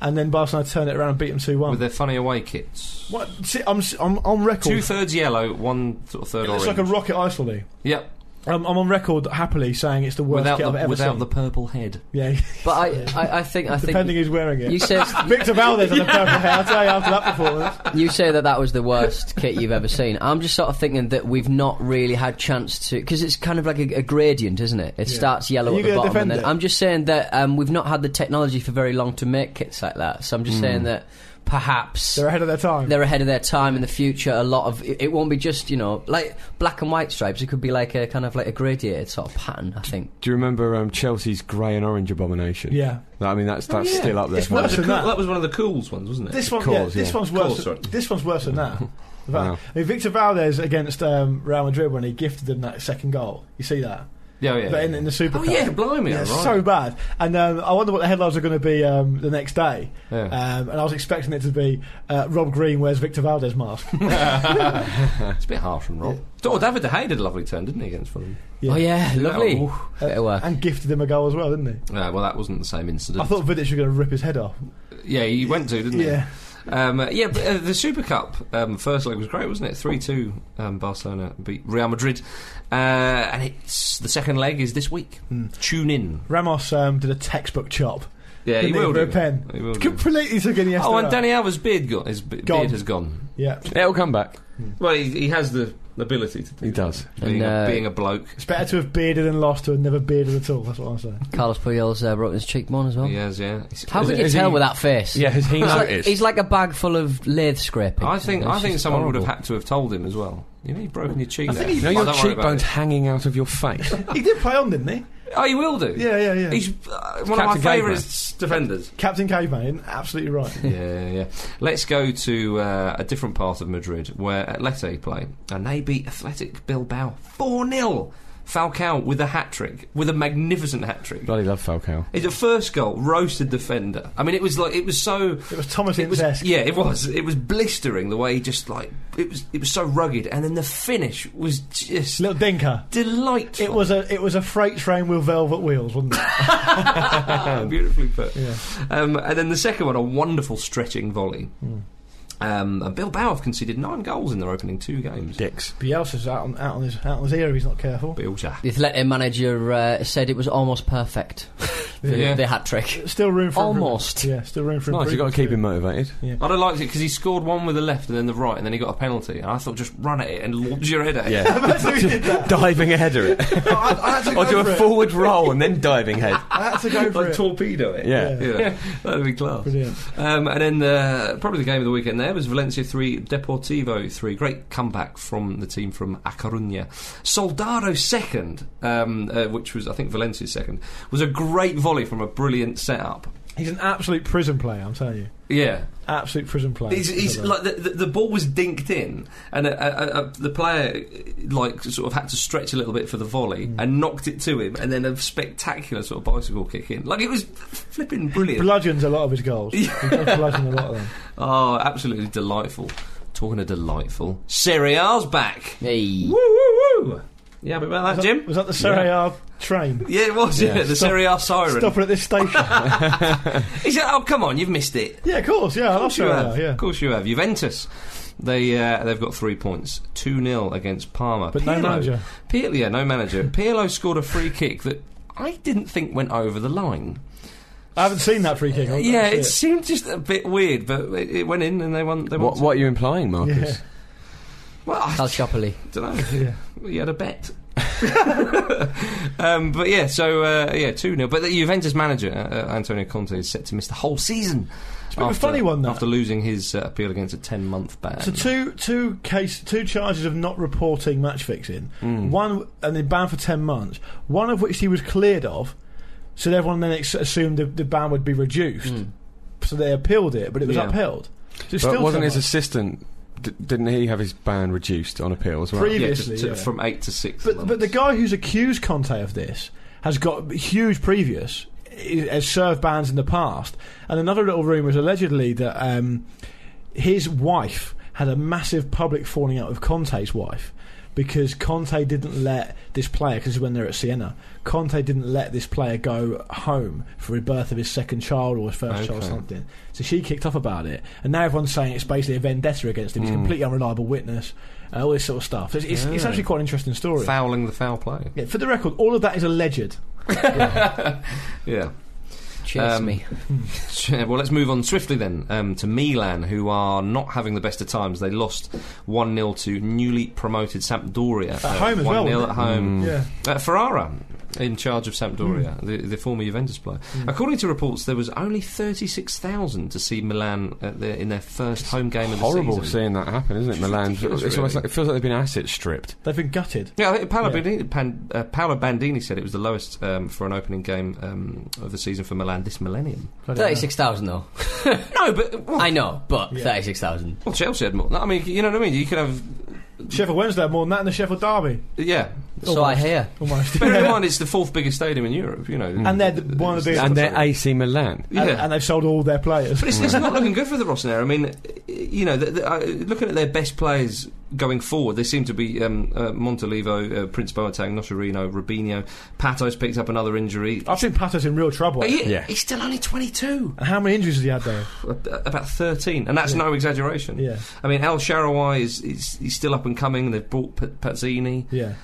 S6: And then Barcelona turned it around and beat them 2
S3: with
S6: 1.
S3: their funny away kits.
S6: Um, What? See, I'm, s- I'm on record.
S3: Two thirds yellow, one sort of third
S6: It
S3: orange.
S6: looks like a rocket icicle. league.
S3: yep.
S6: Um, I'm on record happily saying it's the worst
S3: Without
S6: kit I've
S3: the,
S6: ever
S3: without
S6: seen.
S3: the purple head.
S6: yeah, *laughs*
S4: But I, I, I think I think
S6: depending who's wearing it.
S4: you said
S6: *laughs* Victor Valdez on the purple hair. I'll tell you after that performance.
S4: you say that that was the worst kit you've ever seen. I'm just sort of thinking that we've not really had chance to because it's kind of like a, a gradient, isn't it? It
S6: Yeah.
S4: starts yellow
S6: Are
S4: at
S6: you
S4: the
S6: gonna
S4: bottom, and
S6: defend
S4: then
S6: it?
S4: I'm just saying that um, we've not had the technology for very long to make kits like that. So I'm
S3: Hmm.
S4: just saying that perhaps
S6: They're ahead of their time.
S4: they're ahead of their time in the future. A lot of it it won't be just you know like black and white stripes. It could be like a kind of like a gradiated sort of pattern. I think.
S5: Do you remember um, Chelsea's grey and orange abomination?
S6: yeah.
S5: That- I mean, that's
S3: Oh,
S5: that's still up there.
S6: It's
S5: for me.
S3: That
S6: worse
S3: was, a
S6: than
S3: cool-
S6: that.
S3: that was one of the cools ones, wasn't it?
S6: This one,
S5: Cause,
S6: yeah, this
S5: yeah.
S6: one's worse.
S3: Cause,
S6: than,
S3: sorry.
S6: this one's worse
S3: *laughs*
S6: than that.
S5: Wow.
S6: I mean, Victor Valdez against um, Real Madrid when he gifted them that second goal. You see that?
S3: yeah, yeah.
S6: But in, in the Super
S3: oh,
S6: Cup.
S3: yeah, blimey.
S6: Yeah,
S3: right.
S6: it's so
S3: *laughs*
S6: bad. And um, I wonder what the headlines are going to be um, the next day.
S3: Yeah.
S6: Um, and I was expecting it to be uh, Rob Green wears Victor
S3: *laughs*
S6: Valdez mask.
S3: it's a bit harsh from Rob. Oh, David De Gea did a lovely turn, didn't he, against Fulham?
S6: Yeah.
S4: Oh yeah, lovely.
S3: oof.
S4: Bit of work.
S6: and gifted him a goal as well, didn't he?
S3: Uh, well, that wasn't the same incident.
S6: I thought Vidic was going to rip his head off.
S3: yeah, he went to, didn't he?
S6: Yeah.
S3: Um, uh, yeah, but, uh, the Super Cup um, first leg was great, wasn't it? 3 2 um, Barcelona beat Real Madrid. Uh, and it's the second leg is this week.
S6: Hmm.
S3: Tune in.
S6: Ramos um, did a textbook chop.
S3: Yeah,
S6: didn't
S3: he will,
S6: with a
S3: do.
S6: pen.
S3: He will do.
S6: Completely took in yesterday.
S3: Oh, and Danny Alves' beard, got, his be-
S6: Gone.
S3: beard has gone.
S6: Yeah.
S5: It'll come back.
S3: Well, he, he has the ability to do
S5: He
S3: that.
S5: does.
S3: Being,
S4: And, uh,
S3: a, being a bloke.
S6: It's better to have bearded and lost than never bearded at all. That's what I'm saying.
S4: Carlos Puyol's uh, broken his cheekbone as well.
S3: He has, yeah. He's-
S4: How
S5: Is
S4: can
S5: it-
S4: you
S5: is
S4: tell
S5: he-
S4: with that face?
S5: Yeah, has he
S4: He's like,
S5: noticed?
S4: he's like a bag full of lathe scraping.
S3: I think, I
S4: It's
S3: think
S4: just
S3: someone would
S4: horrible.
S3: have had to have told him as well. You know, you've broken your cheek.
S5: I
S3: there.
S5: think you know
S3: Well,
S5: your
S3: don't worry about
S5: cheekbone's hanging out of
S3: *laughs*
S5: your face.
S6: He did play on, didn't he?
S3: it. Oh, he will do.
S6: Yeah, yeah, yeah.
S3: He's uh, one of my
S5: Captain Gamer.
S3: favourite defenders.
S6: Captain Caveman, absolutely right.
S3: yeah, yeah. Let's go to uh, a different part of Madrid where Atlete play, and they beat Athletic Bilbao 4 0. Falcao with a hat trick, with a magnificent hat trick.
S5: Bloody love Falcao.
S3: It's a first goal, roasted defender. I mean, it was like it was so.
S6: It was Thomas
S3: It was,
S6: Inzesque.
S3: yeah, it was. It was blistering the way he just like it was. It was so rugged, and then the finish was just
S6: Little Dinker.
S3: delightful.
S6: It was a it was a freight train with velvet wheels, wasn't it?
S3: *laughs* beautifully put.
S6: Yeah.
S3: Um, and then the second one, a wonderful stretching volley. Um, and Bilbao have conceded nine goals in their opening two games.
S5: Dicks.
S6: Bielsa's out on out on his out on his ear if he's not careful.
S3: Bilbao.
S4: The athletic manager uh, said it was almost perfect.
S3: *laughs*
S4: the,
S3: Yeah.
S4: the hat trick.
S6: Still room for improvement.
S4: Almost.
S6: Yeah, still room for
S5: Nice, you've got to keep
S6: improvement.
S5: him motivated.
S3: I don't like it because he scored one with the left and then the right, and then he got a penalty. And I thought, just run at it and launch your head at *laughs* it.
S5: Yeah. *laughs* diving ahead of it.
S6: I,
S3: *laughs*
S6: I had to
S5: Or do
S6: go
S5: a
S6: for it.
S5: forward roll and then diving head.
S6: I had to go for
S3: like
S6: it.
S3: torpedo it.
S5: Yeah.
S6: Yeah.
S3: yeah. *laughs* that'd be class.
S6: Brilliant.
S3: Um, and then the, probably the game of the weekend there was Valencia 3, Deportivo 3. Great comeback from the team from A Coruña. Soldado second, um, uh, which was, I think, Valencia's second, was a great volley from a brilliant setup.
S6: He's an absolute prison player, I'm telling you.
S3: Yeah.
S6: Absolute prison player.
S3: He's, he's
S6: Isabel.
S3: like the, the, the ball was dinked in, and uh, uh, uh, the player uh, like sort of had to stretch a little bit for the volley and knocked it to him, and then a spectacular sort of bicycle kick in. Like it was flipping brilliant.
S6: bludgeons a lot of
S3: *laughs*
S6: his goals. he does bludgeon a lot of them.
S3: Oh, absolutely delightful. Talking of delightful, Serie A's back.
S4: Hey.
S3: Woo woo woo! Yeah, happy about that,
S6: Was
S3: Jim?
S6: that, was that the Serie A
S3: *laughs*
S6: train?
S3: Yeah, it was. Yeah,
S5: Yeah.
S3: the
S6: Stop-
S3: Serie A siren.
S6: Stopping at
S3: *laughs*
S6: this station.
S3: He said, "Oh, come on, you've missed it."
S6: yeah, of course. Yeah,
S3: Of
S6: I love
S3: course you
S6: Serie
S3: have.
S6: A. Yeah,
S3: Of course you have. Juventus. They uh, they've got three points, two 0 against Parma.
S6: but no
S3: Pirlo-
S6: manager.
S3: Pirlo, yeah, no manager. Pirlo scored a free kick that I didn't think went over the line.
S6: I haven't seen that free kick. I haven't
S3: yeah,
S6: seen
S3: it seemed just a bit weird, but it, it went in and they won. They
S5: What,
S3: won.
S5: what are you implying,
S6: Yeah.
S5: Marcus?
S3: Well, I
S4: Al Shopperly.
S3: don't know.
S6: Yeah.
S3: He had a bet. *laughs* um, but yeah, so uh, yeah, 2 0. But the Juventus manager, uh, uh, Antonio Conte, is set to miss the whole season. It's
S6: a bit of a funny one, that.
S3: After losing his uh, appeal against a 10 month ban.
S6: So two two case two charges of not reporting match fixing.
S3: Hmm.
S6: One and then banned for ten months. One of which he was cleared of. So everyone then ex- assumed the, the ban would be reduced. so they appealed it, but it was
S3: Hmm. Yeah.
S6: upheld. So it's
S5: But
S6: still
S5: wasn't
S6: too
S5: his
S6: much.
S5: assistant? D- didn't he have his ban reduced on appeal as well?
S6: Pre-
S3: Yeah, to-
S6: Previously,
S3: to-
S6: yeah.
S3: from eight to six.
S6: But but
S3: months.
S6: the guy who's accused Conte of this has got huge previous i- has served bans in the past, and another little rumor is allegedly that um, his wife had a massive public falling out with Conte's wife. Because Conte didn't let this player, because when they're at Siena, Conte didn't let this player go home for the birth of his second child or his first child or
S5: Okay.
S6: something. So she kicked off about it, and now everyone's saying it's basically a vendetta against him. He's a completely unreliable witness, and all this sort of stuff. So It's, it's, it's
S3: Hmm. Yeah.
S6: actually quite an interesting story.
S3: fouling the foul play.
S6: Yeah, for the record, all of that is alleged.
S3: Yeah. *laughs*
S4: Cheers
S3: Um,
S4: me.
S3: Sure, Well, let's move on swiftly then um, to Milan, who are not having the best of times. They lost 1 0 to newly promoted Sampdoria. At
S6: home as well,
S3: 1 0
S6: wasn't
S3: Oh, at
S6: it? Mm.
S3: home.
S6: Yeah.
S3: Uh, Ferrara Hmm. in charge of Sampdoria, the, the former Juventus player. According to reports, there was only 36,000 to see Milan at their, in their first home game of the
S5: Horrible
S3: season.
S5: seeing that happen, isn't it? Milan. It's
S3: ridiculous, really.
S5: almost like, it feels like they've been asset stripped.
S6: They've been gutted.
S3: Yeah, I think Paolo,
S6: Yeah.
S3: Bandini, Pan, uh, Paolo Bandini said it was the lowest um, for an opening game um, of the season for Milan this millennium.
S6: Bloody hell.
S4: Thirty-six thousand though.
S3: No, but well,
S4: I know, but
S6: Yeah.
S4: thirty-six thousand.
S3: well, Chelsea had more. I mean, you know what I mean. You could have,
S6: Sheffield Wednesday had more than that in the Sheffield Derby.
S3: yeah.
S6: Oh,
S4: So
S6: *laughs*
S4: I hear.
S6: Almost.
S3: Bear in mind, it's the fourth biggest stadium in Europe. You know,
S6: And they're the- one of the biggest-
S5: And they're AC Milan.
S6: And,
S3: Yeah.
S6: and they've sold all their players. Mm.
S3: but it's, it's not looking good for the Rossoneri. I mean, you know, the, the, uh, looking at their best players going forward, they seem to be um, uh, Montalivo, uh, Prince Boateng, Nocerino, Rubinho. Pato's picked up another injury.
S6: I think Pato's in real trouble.
S3: But he-
S5: Yeah.
S3: He's still only 22.
S6: And how many injuries has he had though?
S3: about 13, and that's no exaggeration.
S6: Yeah.
S3: I mean, El Shaarawy is, is he's still up and coming. They've brought P- Pazzini.
S6: Yeah.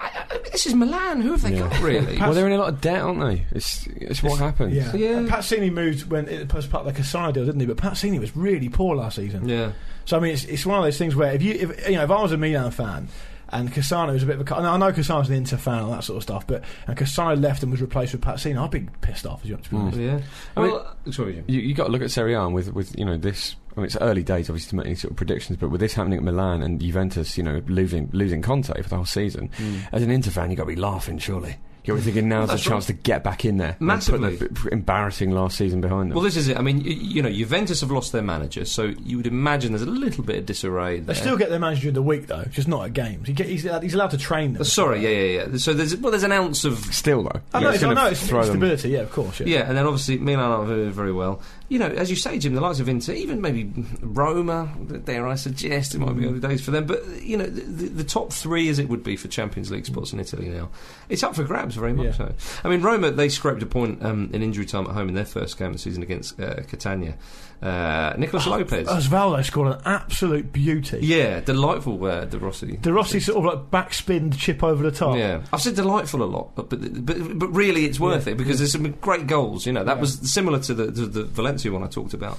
S3: I, I, this is Milan. Who have they
S5: Yeah.
S3: got
S6: *laughs*
S3: really?
S5: Well, they're in a lot of debt, aren't they? It's it's what happens.
S6: Yeah.
S3: Yeah.
S6: And Pazzini moved when it was part of the Cassano deal, didn't he? But Pazzini was really poor last
S3: *laughs*
S6: season.
S3: yeah,
S6: So I mean, it's, it's one of those things where if you if, you know if I was a Milan fan. And Cassano was a bit of a. I know- I know Cassano's an Inter fan and that sort of stuff, but and Cassano left and was replaced with Pazzini. I'd be pissed off, as you to be honest.
S3: yeah.
S5: I mean-
S6: uh,
S3: well, sorry, Jim.
S5: You, you got to look at Serie A and with, with you know this. I mean, it's early days, obviously, to make any sort of predictions. But with this happening at Milan and Juventus, you know, losing losing Conte for the whole season,
S6: Hmm.
S5: as an Inter fan, you got to be laughing. Surely, you're thinking now's the
S3: that's
S5: chance to get back in there, and
S3: Massively.
S5: put the b- embarrassing last season behind them.
S3: Well, this is it. I mean, you, you know, Juventus have lost their manager, so you would imagine there's a little bit of disarray.
S6: They
S3: There.
S6: still get their manager during the week though, just not at games. He get, he's, uh, he's allowed to train them.
S3: Sorry, yeah, yeah, yeah. So there's well, there's an ounce of
S5: Still though,
S6: I know,
S5: it's
S6: it's, I
S5: gonna
S6: know it's
S5: throw them-
S6: stability. Yeah, of course. Yeah.
S3: yeah, and then obviously Milan aren't doing very well. You know, as you say, Jim, the likes of Inter, even maybe Roma, dare I suggest, it might
S6: Mm.
S3: be early days for them. But you know, the, the top three as it would be for Champions League spots in Italy now, it's up for grabs very much.
S6: Yeah.
S3: So, I mean, Roma they scraped a point um, in injury time at home in their first game of the season against uh, Catania. Uh, Nicolas
S6: Oh,
S3: Lopez,
S6: Osvaldo scored an absolute beauty.
S3: yeah, delightful. Uh, De Rossi,
S6: De Rossi sort of like backspin chip over the top.
S3: Yeah, I've said delightful a lot, but but, but, but really it's worth it because there's some great goals. You know, that
S6: Yeah.
S3: was similar to the, to the Valencia one I talked about.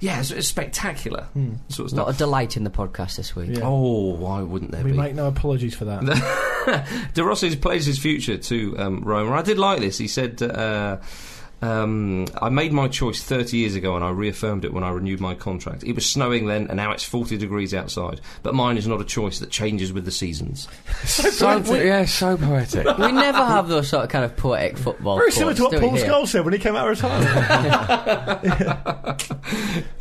S3: Yeah, it's, it's spectacular
S6: Hmm.
S3: sort of
S4: A lot
S3: stuff.
S4: of delight in the podcast this week.
S6: Yeah.
S3: Oh, why wouldn't there
S6: We
S3: be?
S6: make no apologies for that.
S3: De Rossi's plays his future to um, Roma. I did like this. He said. Uh, um, I made my choice 30 years ago and I reaffirmed it when I renewed my contract. It was snowing then and now it's 40 degrees outside. But mine is not a choice that changes with the seasons.
S5: So po- yeah, so poetic.
S4: We never have those sort of kind of poetic football.
S6: Very similar to
S4: quotes,
S6: what
S4: do we
S6: Paul
S4: here?
S6: Scholes said when he came out of retirement.
S3: I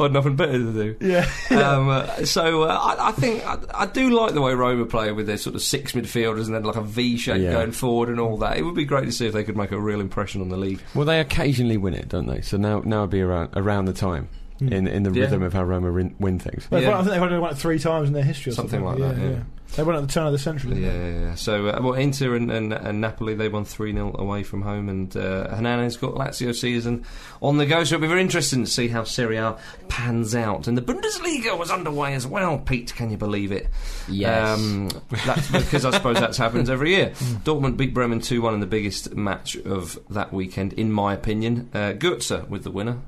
S3: had nothing better to do.
S6: *laughs* yeah.
S3: um, uh, so uh, I, I think I, I do like the way Roma play with their sort of six midfielders and then like a V shape
S5: Yeah.
S3: going forward and all that. It would be great to see if they could make a real impression on the league.
S5: Well, they occasionally win it, don't they? So now now it'd be around around the time
S6: Hmm.
S5: in in the
S3: Yeah.
S5: rhythm of how Roma win, win things.
S6: They've
S3: Yeah.
S6: won- I think they've only won it three times in their history or
S3: Something
S6: something.
S3: like that, yeah.
S6: They won at the turn of the century.
S3: Yeah,
S6: didn't they?
S3: yeah, yeah. So uh, well, Inter and, and, and Napoli they won three 0 away from home, and uh, Hernandez got Lazio season on the go. So it'll be very interesting to see how Serie A pans out. And the Bundesliga was underway as well. Pete, can you believe it?
S4: Yes.
S3: Um, that's because I suppose that's happens every year. Dortmund beat Bremen 2 1 in the biggest match of that weekend, in my opinion. Uh, Goetze with the winner.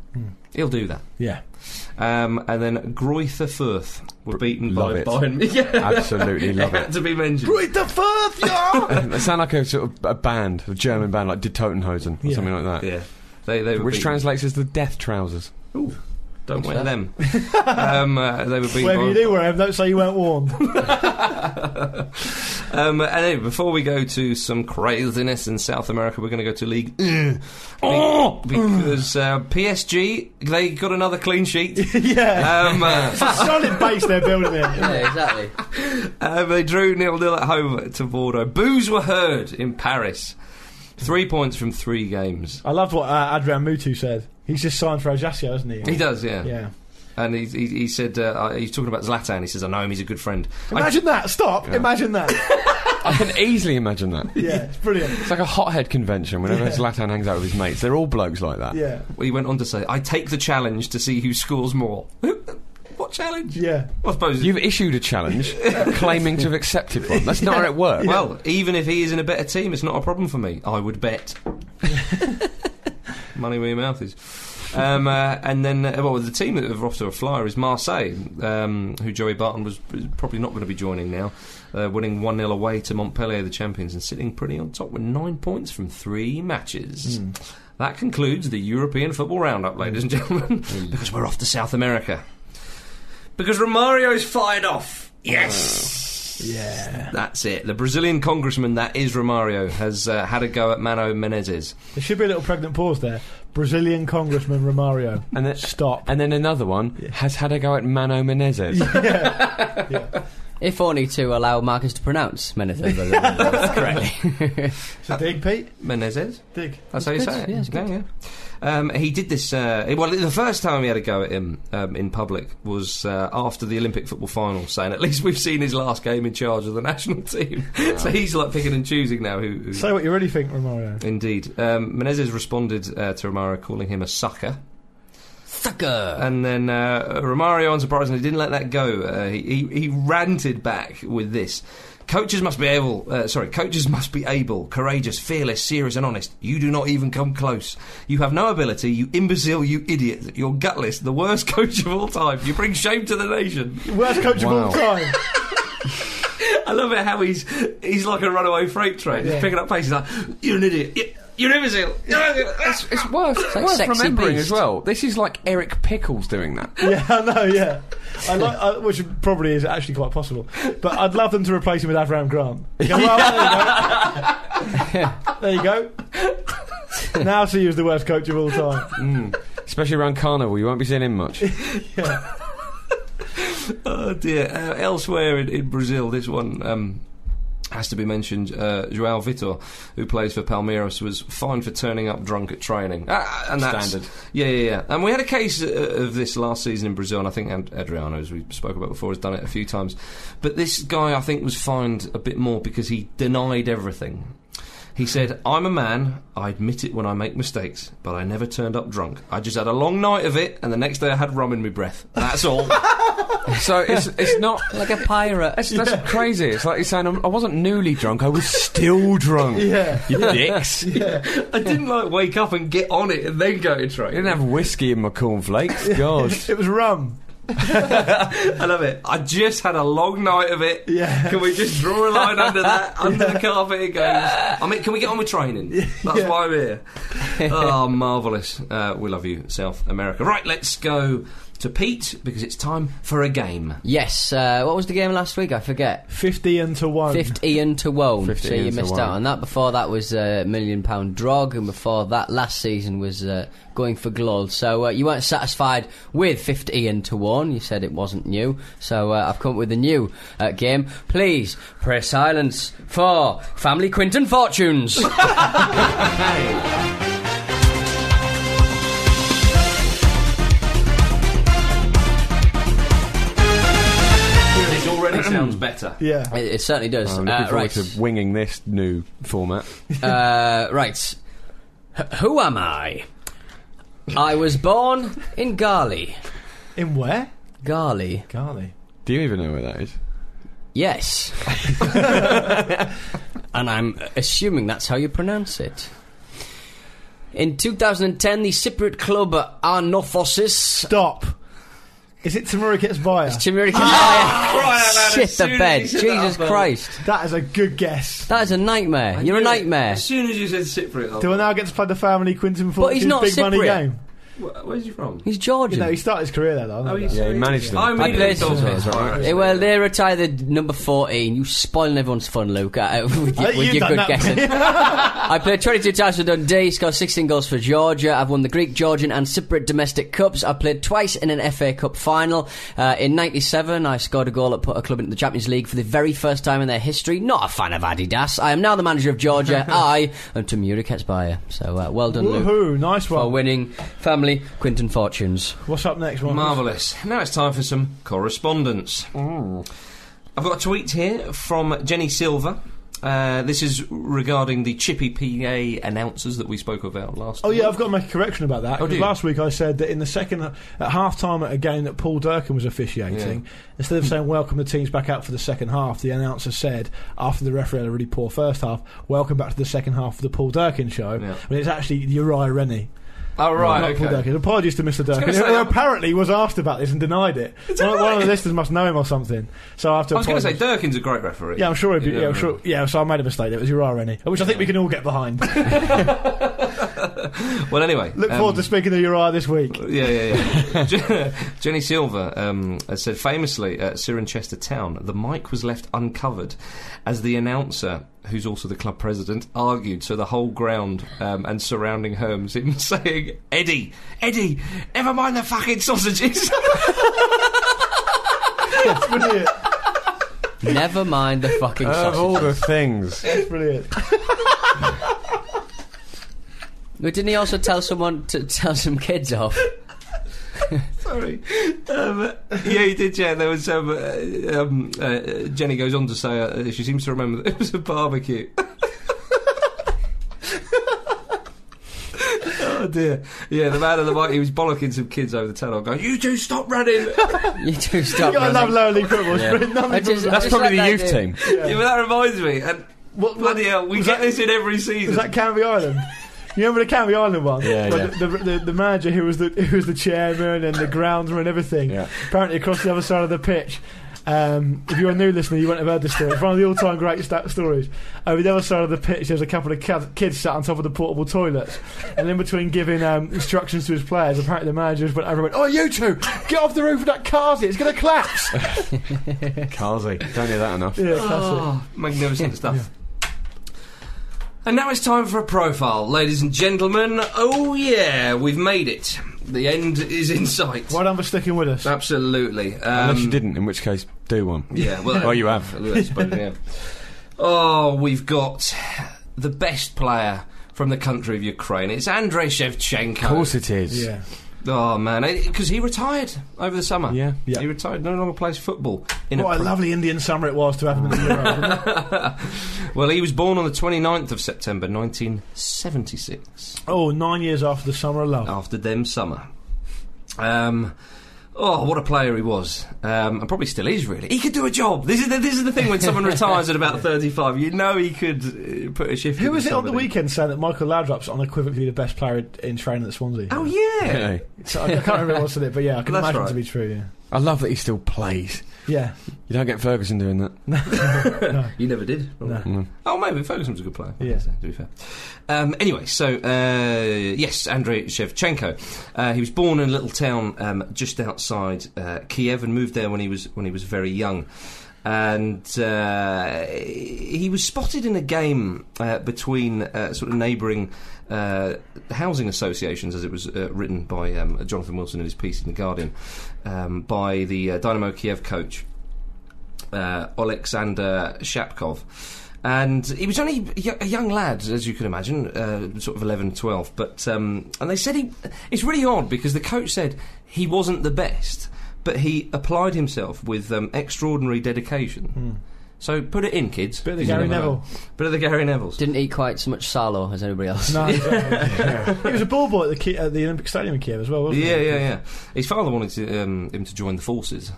S3: He'll do that.
S6: Yeah.
S3: Um, and then Greuther Firth were beaten
S5: love
S3: by
S5: it.
S3: Bayern. Yeah.
S5: Absolutely love
S6: *laughs*
S3: had *laughs* to be mentioned.
S6: the Firth,
S3: *laughs*
S6: yeah!
S5: They sound like a sort of a band, a German band like Die Totenhosen or
S6: Yeah.
S5: something like that.
S3: Yeah. They, they were
S5: Which
S3: beaten.
S5: translates as the death trousers.
S3: Don't
S4: What's
S3: wear
S4: that?
S3: them. um, uh, they were being
S6: Wherever you
S3: borrowed.
S6: do wear them, don't say you weren't warned. *laughs*
S3: um, anyway, before we go to some craziness in South America, we're going to go to League oh! because uh, PSG they got another clean sheet.
S6: yeah.
S3: Um, uh,
S6: Solid base they're building
S3: *laughs*
S6: there.
S4: Yeah, exactly.
S3: uh, they drew nil nil at home to Bordeaux. Boos were heard in Paris. Three points from three games.
S6: I loved what uh, Adrian Mutu said. He's just signed for Ajaccio, hasn't he?
S3: He does, yeah.
S6: Yeah.
S3: And he, he, he said uh, I- he's talking about Zlatan. He says, "I know him. He's a good friend." I,
S6: Imagine that. Stop. Imagine *laughs* that.
S5: I can easily imagine that.
S6: Yeah. It's brilliant.
S5: It's like a hothead convention whenever
S6: Yeah.
S5: Zlatan hangs out with his mates. They're all blokes like that.
S6: Yeah.
S3: he went on to say, "I take the challenge to see who scores more." *laughs* what challenge?
S6: Yeah.
S3: I suppose
S5: You've issued a challenge claiming to have accepted one. That's not how it works.
S3: Well, even if he is in a better team, it's not a problem for me. I would bet. Money where your mouth is. Um, uh, and then, uh, well, the team that are off to a flyer is Marseille, um, who Joey Barton was is probably not going to be joining now, uh, winning 1 0 away to Montpellier, the champions, and sitting pretty on top with nine points from three matches. That concludes the European football roundup, ladies and gentlemen, *laughs* because we're off to South America. Because Romario's fired off. Yes!
S6: Yeah.
S3: That's it. The Brazilian congressman that is Romario has uh, had a go at Mano Menezes.
S6: There should be a little pregnant pause there. Brazilian Congressman Romario.
S5: And then,
S6: Stop.
S5: and then another one has had a go at Mano Menezes.
S6: *laughs* yeah.
S4: If only to allow Marcus to pronounce
S3: *laughs*
S4: many things correctly.
S6: So dig, Pete.
S3: Menezes?
S6: Dig.
S3: That's how you
S4: good.
S3: say it.
S4: Yeah, it's good.
S3: yeah. Um, he did this. Uh, well, the first time he had a go at him um, in public was uh, after the Olympic football final, saying, "At least we've seen his last game in charge of the *laughs* national team." so he's like picking and choosing now who. who
S6: Say what you really think, Romario.
S3: Indeed. Um, Menezes responded uh, to Romario, calling him a sucker.
S4: Sucker!
S3: And then uh, Romario, unsurprisingly, didn't let that go. Uh, he, he he ranted back with this. Coaches must be able, uh, sorry, coaches must be able, courageous, fearless, serious, and honest. You do not even come close. You have no ability, you imbecile, you idiot. You're gutless, the worst *laughs* coach of all time. You bring shame to the nation.
S6: Worst coach of all
S5: Wow.
S6: time.
S3: I love it how he's he's like a runaway freight train.
S6: Yeah.
S3: He's picking up pace. He's like, you're an idiot. You're- You're an imbecile. You're an imbecile.
S5: It's, it's worth,
S4: like
S5: worth
S4: sexy
S5: remembering
S4: beast.
S5: as well. This is like Eric Pickles doing that.
S6: Yeah, *laughs* I know. Yeah, I like, I, which probably is actually quite possible. But I'd love them to replace him with
S4: *laughs*
S6: Avram Grant. You go, well, there you
S4: *laughs*
S6: go. There you go. Now see who's the worst coach of all
S4: *laughs*
S6: time.
S5: Especially around Carnival, you won't be seeing him much.
S3: Oh dear. Uh, elsewhere in, in Brazil, this one um, has to be mentioned. Uh, João Vitor, who plays for Palmeiras, was fined for turning up drunk at training. Ah, and that's,
S5: Standard.
S3: Yeah, yeah, yeah. And we had a case uh, of this last season in Brazil, and I think Ad- Adriano, as we spoke about before, has done it a few times. But this guy, I think, was fined a bit more because he denied everything. He said, I'm a man, I admit it when I make mistakes, but I never turned up drunk. I just had a long night of it, and the next day I had rum in my breath. That's all.
S5: So it's it's not.
S4: *laughs* like a pirate.
S5: That's, that's crazy. It's like you're saying I'm, I wasn't newly drunk. I was still drunk. *laughs*
S6: Yeah.
S5: You dicks.
S3: I didn't like wake up and get on it and then go to
S5: I
S3: train.
S5: didn't have whiskey in my *laughs* cornflakes. God.
S6: It was rum.
S3: I love it. I just had a long night of it.
S6: Yeah.
S3: Can we just draw a line under that? Under the carpet it goes. I mean, can we get on with training? That's
S6: Yeah.
S3: why I'm here. oh, marvellous. Uh, we love you, South America. Right, let's go to Pete because it's time for a game.
S4: Yes, uh, what was the game last week? I forget.
S6: Fifty and to one.
S4: 50 and to Wone.
S5: 50
S4: So you
S5: and Uh, to
S4: missed
S5: Wone.
S4: out on that. Before that was uh, Million Pound Drog, and before that last season was uh, Going for Glold. So uh, you weren't satisfied with 50 and to Wone. You said it wasn't new. So uh, I've come up with a new uh, game. Please press silence for Family
S5: *laughs*
S4: Quinton Fortunes.
S3: This *clears throat* already sounds better.
S6: Yeah.
S4: It, it certainly does.
S5: I'm Oh, looking
S4: Uh,
S5: forward
S4: right.
S5: to winging this new format.
S4: uh, right. H- who am I? I was born in Garley.
S6: In where?
S4: Garley.
S6: Carly.
S5: Do you even know where that is?
S4: Yes. *laughs* and I'm assuming that's how you pronounce it. In 2010, the Cypriot club Arnophosis.
S6: Stop. Is it Tamura gets by?
S4: Timurican Ah,
S3: right, lad, as
S4: *laughs* shit
S3: soon
S4: the
S3: as
S4: bed.
S3: he said
S4: Jesus
S3: that, I
S4: Christ.
S6: That is a good guess.
S4: That is a nightmare. You're a nightmare.
S3: As soon as you said Cypriot, I
S6: Do I now get to play the family Quinton
S4: But he's
S6: Fortune's
S4: not
S6: big money
S4: Cypriot.
S6: game?
S3: Wh- Where's he from?
S4: He's Georgian.
S6: No, he started his career there, though. didn't
S3: Oh, he's-
S5: Yeah, he managed them.
S3: I mean,
S4: I played-
S3: Dolphins.
S4: Eh, well, they retired number 14. You spoiling everyone's fun, Luke, uh, *laughs* with, your-
S6: think
S4: with
S6: you've
S4: your
S6: done
S4: good
S6: that. *laughs*
S4: guessing. I played 22 times for Dundee, scored 16 goals for Georgia. I've won the Greek, Georgian, and Cypriot domestic cups. I played twice in an FA Cup final. Uh, in 97, I scored a goal that put a club into the Champions League for the very first time in their history. Not a fan of Adidas. I am now the manager of
S5: *laughs*
S4: Georgia. I am Tamura Ketsbaya. So uh, well done,
S6: he?
S4: Luke,
S6: Woohoo, nice
S4: for
S6: one.
S4: winning family Quinton fortunes.
S6: What's up next, one?
S3: Marvellous. Now it's time for some correspondence.
S6: Mm.
S3: I've got a tweet here from Jenny Silver. Uh, this is regarding the Chippy PA announcers that we spoke about last.
S6: Oh yeah,
S3: week.
S6: I've got to make a correction about that.
S3: Oh, do
S6: 'cause
S3: you?
S6: last week I said that in the second at half time at a game that Paul Durkin was officiating, instead of saying welcome the teams back out for the second half, the announcer said after the referee had a really poor first half, welcome back to the second half of the Paul Durkin show.
S3: Yeah.
S6: When it's actually Uriah Rennie.
S3: Oh
S6: not
S3: right,
S6: Paul
S3: okay.
S6: Durkin. Apologies to Mr. Durkin,
S3: gonna say-
S6: who apparently was asked about this and denied it. One, one of the listeners must know him or something. So I have to
S3: I was going to say
S6: apologise.
S3: Durkin's a great referee.
S6: Yeah, I'm sure. He'd be,
S3: You
S6: yeah,
S3: know,
S6: I'm sure. Yeah, so I made a mistake. It was Uriah Rennie, which I think we can all get behind.
S3: Well, anyway,
S6: Look
S3: um,
S6: forward to speaking to Uriah this week.
S3: yeah, yeah, yeah. Jenny Silver um, has said famously at Cirencester Town, the mic was left uncovered as the announcer, who's also the club president, argued. So the whole ground um, and surrounding her was *laughs* him saying, "Eddie, Eddie, never mind the fucking sausages." *laughs*
S6: That's brilliant.
S4: Never mind the fucking
S5: Of
S4: sausage.
S5: all the things.
S6: That's brilliant.
S5: oh.
S4: But didn't he also tell someone to tell some kids off?
S3: Sorry. Um, yeah, he did. Yeah, there was. Um, uh, um, uh, Jenny goes on to say uh, she seems to remember that it was a barbecue. *laughs* oh dear. Yeah, the man at the mic. He was bollocking some kids over the tunnel, going, "You two, stop
S6: *laughs*
S3: running."
S4: You do
S5: *laughs*
S4: stop.
S6: I
S4: running.
S6: love lower league football. It's brilliant. Nothing
S4: I just-
S6: comes-
S5: That's
S4: Just
S5: probably the
S4: like
S5: youth
S4: that
S5: team.
S3: Yeah, but that reminds me. And
S6: What-
S3: bloody hell, we
S6: was
S3: get
S6: that-
S3: this in every season.
S6: was that Canvey Island? You remember the Canvey Island one?
S5: Yeah,
S6: Where
S5: yeah.
S6: The, the, the, the manager who was the who was the chairman and the groundsman and everything.
S5: Yeah.
S6: Apparently across the other side of the pitch. Um, if you're a new listener, you won't have heard this story. It's one of the all-time great sta- stories. Over the other side of the pitch, there's a couple of cad- kids sat on top of the portable toilets, and in between giving um, instructions to his players, apparently the managers went over and went, "Oh, you two, get off the roof of that car! It's going to collapse!"
S5: Carlsy. Don't hear that enough.
S6: Yeah, classic.
S3: Oh, magnificent stuff. And now it's time for a profile, ladies and gentlemen. Oh yeah, we've made it. The end is in sight.
S6: Well done for sticking with us.
S3: Absolutely. Um,
S5: Unless you didn't, in which case, do one.
S3: Yeah. Well,
S5: *laughs* Oh, you have.
S3: I suppose, yeah. Oh, we've got the best player from the country of Ukraine. It's Andrei Shevchenko.
S5: Of course it is.
S6: Yeah.
S3: Oh man, because he retired over the summer.
S5: Yeah.
S6: Yeah.
S3: He retired. No longer plays football. In
S6: What a
S3: pro-
S6: lovely Indian summer it was to have him in the Euro. wasn't
S3: *laughs*
S6: it?
S3: well, he was born on the 29th of September 1976.
S6: Oh, nine years after the summer of love.
S3: after them summer. Um, oh, what a player he was, um, and probably still is. Really, he could do a job. This is the, this is the thing when
S6: *laughs*
S3: someone retires at about thirty-five, you know he could uh, put a shift.
S6: Who
S3: into
S6: was it on the
S3: somebody.
S6: weekend saying that Michael Laudrup's unequivocally the best player in training at Swansea?
S3: Oh yeah.
S5: Hey.
S6: So I can't remember what's in it, but yeah, I can
S3: That's
S6: imagine
S3: right.
S6: to be true.
S5: I love that he still plays.
S6: Yeah,
S5: You don't get Ferguson doing that.
S3: *laughs* You never did.
S6: No.
S5: Mm.
S3: Oh, maybe Ferguson was a good player.
S6: Yeah.
S3: to be fair. Um, anyway, so uh, yes, Andrei Shevchenko. Uh, he was born in a little town um, just outside uh, Kiev and moved there when he was when he was very young. And uh, he was spotted in a game uh, between uh, sort of neighbouring uh, housing associations, as it was uh, written by um, Jonathan Wilson in his piece in the Guardian, um, by the uh, Dynamo Kiev coach uh, Alexander Shapkov. And he was only y- a young lad, as you can imagine, uh, sort of 11, 12. But, um, and they said he, it's really odd because the coach said he wasn't the best, but he applied himself with um, extraordinary dedication. So put it in, kids.
S6: Hmm. bit of the
S3: You
S6: Gary
S3: never know.
S6: Neville.
S3: Bit of the Gary Nevilles.
S4: Didn't eat quite so much salo as anybody else.
S6: No,
S3: *laughs*
S6: exactly. he was a ball boy at the, Ki- at the Olympic Stadium in Kiev as well, wasn't
S3: Yeah,
S6: he?
S3: yeah, yeah. His father wanted to, um, him to join the forces,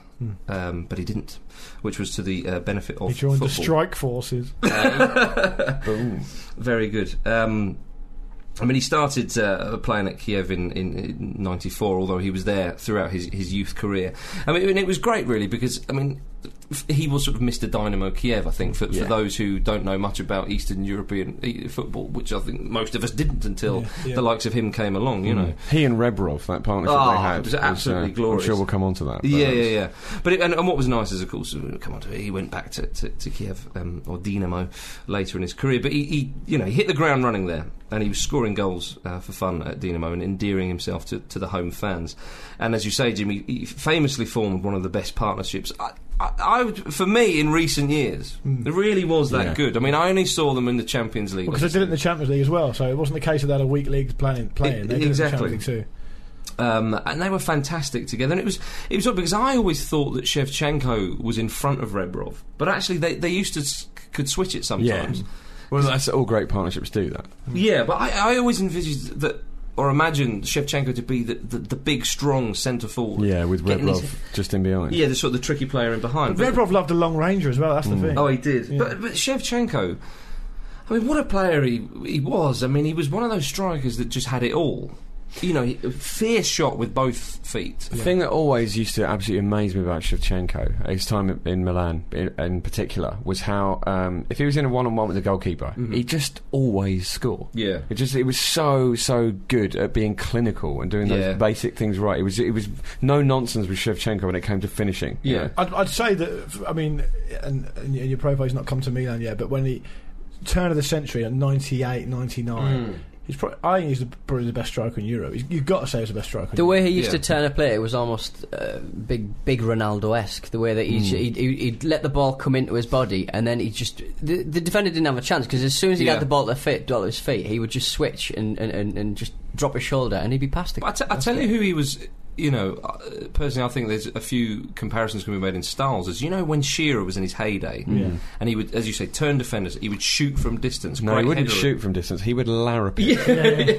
S3: um, but he didn't, which was to the uh, benefit of
S6: Hmm. He joined
S3: football.
S6: the strike forces.
S3: Very good. Um, I mean, he started uh, playing at Kiev in, in, in 94, although he was there throughout his, his youth career. I mean, and it was great, really, because, I mean, f- he was sort of Mr. Dynamo Kiev, I think, for,
S5: Yeah.
S3: for those who don't know much about Eastern European eh, football, which I think most of us didn't until
S6: Yeah, Hmm. yeah.
S3: the likes of him came along, you know.
S5: He and Rebrov, that partnership
S3: Oh,
S5: they had,
S3: it was absolutely
S5: uh,
S3: glorious.
S5: I'm sure we'll come on to that. but
S3: Yeah,
S5: that's-
S3: yeah, yeah. But it, and, and what was nice is, of course, we'll come on to it, he went back to, to, to Kiev um, or Dinamo later in his career. But he, he, you know, he hit the ground running there, and he was scoring goals uh, for fun at Dinamo and endearing himself to, to the home fans. And as you say, Jimmy, he famously formed one of the best partnerships. I, I, I would, for me, in recent years, it really was that
S5: Yeah.
S3: good. I mean, I only saw them in the Champions League.
S6: Because they did it in the Champions League as well, so it wasn't the case of they had a weak league playing. playing. They did
S3: Exactly.
S6: It in the Champions League too.
S3: um, and they were fantastic together. And it was it was odd because I always thought that Shevchenko was in front of Rebrov, but actually they, they used to s- could switch it sometimes.
S5: Yeah. Well, that's all great partnerships do that.
S3: Yeah, but I, I always envisaged that or imagined Shevchenko to be the, the, the big strong centre forward.
S5: Yeah, with
S3: Getting
S5: Rebrov
S3: his-
S5: just in behind.
S3: yeah, the sort of the tricky player in behind.
S6: But Rebrov loved a long ranger as well. That's the thing.
S3: Oh, he did.
S6: Yeah.
S3: But, but Shevchenko, I mean, what a player he, he was. I mean, he was one of those strikers that just had it all. You know, he- fierce shot with both feet.
S5: The thing that always used to absolutely amaze me about Shevchenko, his time in- in Milan in, in particular, was how um, if he was in a one-on-one with the goalkeeper,
S3: Mm-hmm.
S5: he just always scored.
S3: Yeah.
S5: It just it was so so good at being clinical and doing those
S3: Yeah.
S5: basic things right. It was it was no nonsense with Shevchenko when it came to finishing. you
S3: Yeah.
S5: know.
S6: I'd, I'd say that. I mean, and, and your profile's not come to Milan yet, but when he turn of the century at 98, 99, he's probably, I think he's the, probably the best striker in Europe. He's, you've got to say he's the best striker.
S4: The
S6: in
S4: way he used
S3: Yeah.
S4: to turn a play, it was almost uh, big, big Ronaldo-esque. The way that
S3: Hmm.
S4: he'd, he'd, he'd, he'd let the ball come into his body, and then he just the, the defender didn't have a chance because as soon as he
S3: Yeah.
S4: had the ball to fit, ball at his feet, he would just switch and, and, and, and just drop his shoulder, and he'd be past it.
S3: But I, t- I tell you who he was. You know, uh, personally, I think there's a few comparisons can be made in styles. As you know, when Shearer was in his heyday, and he would, as you say, turn defenders. He would shoot from distance.
S5: No,
S3: great
S5: he wouldn't
S3: *laughs* header.
S5: shoot from distance. He would larrup it.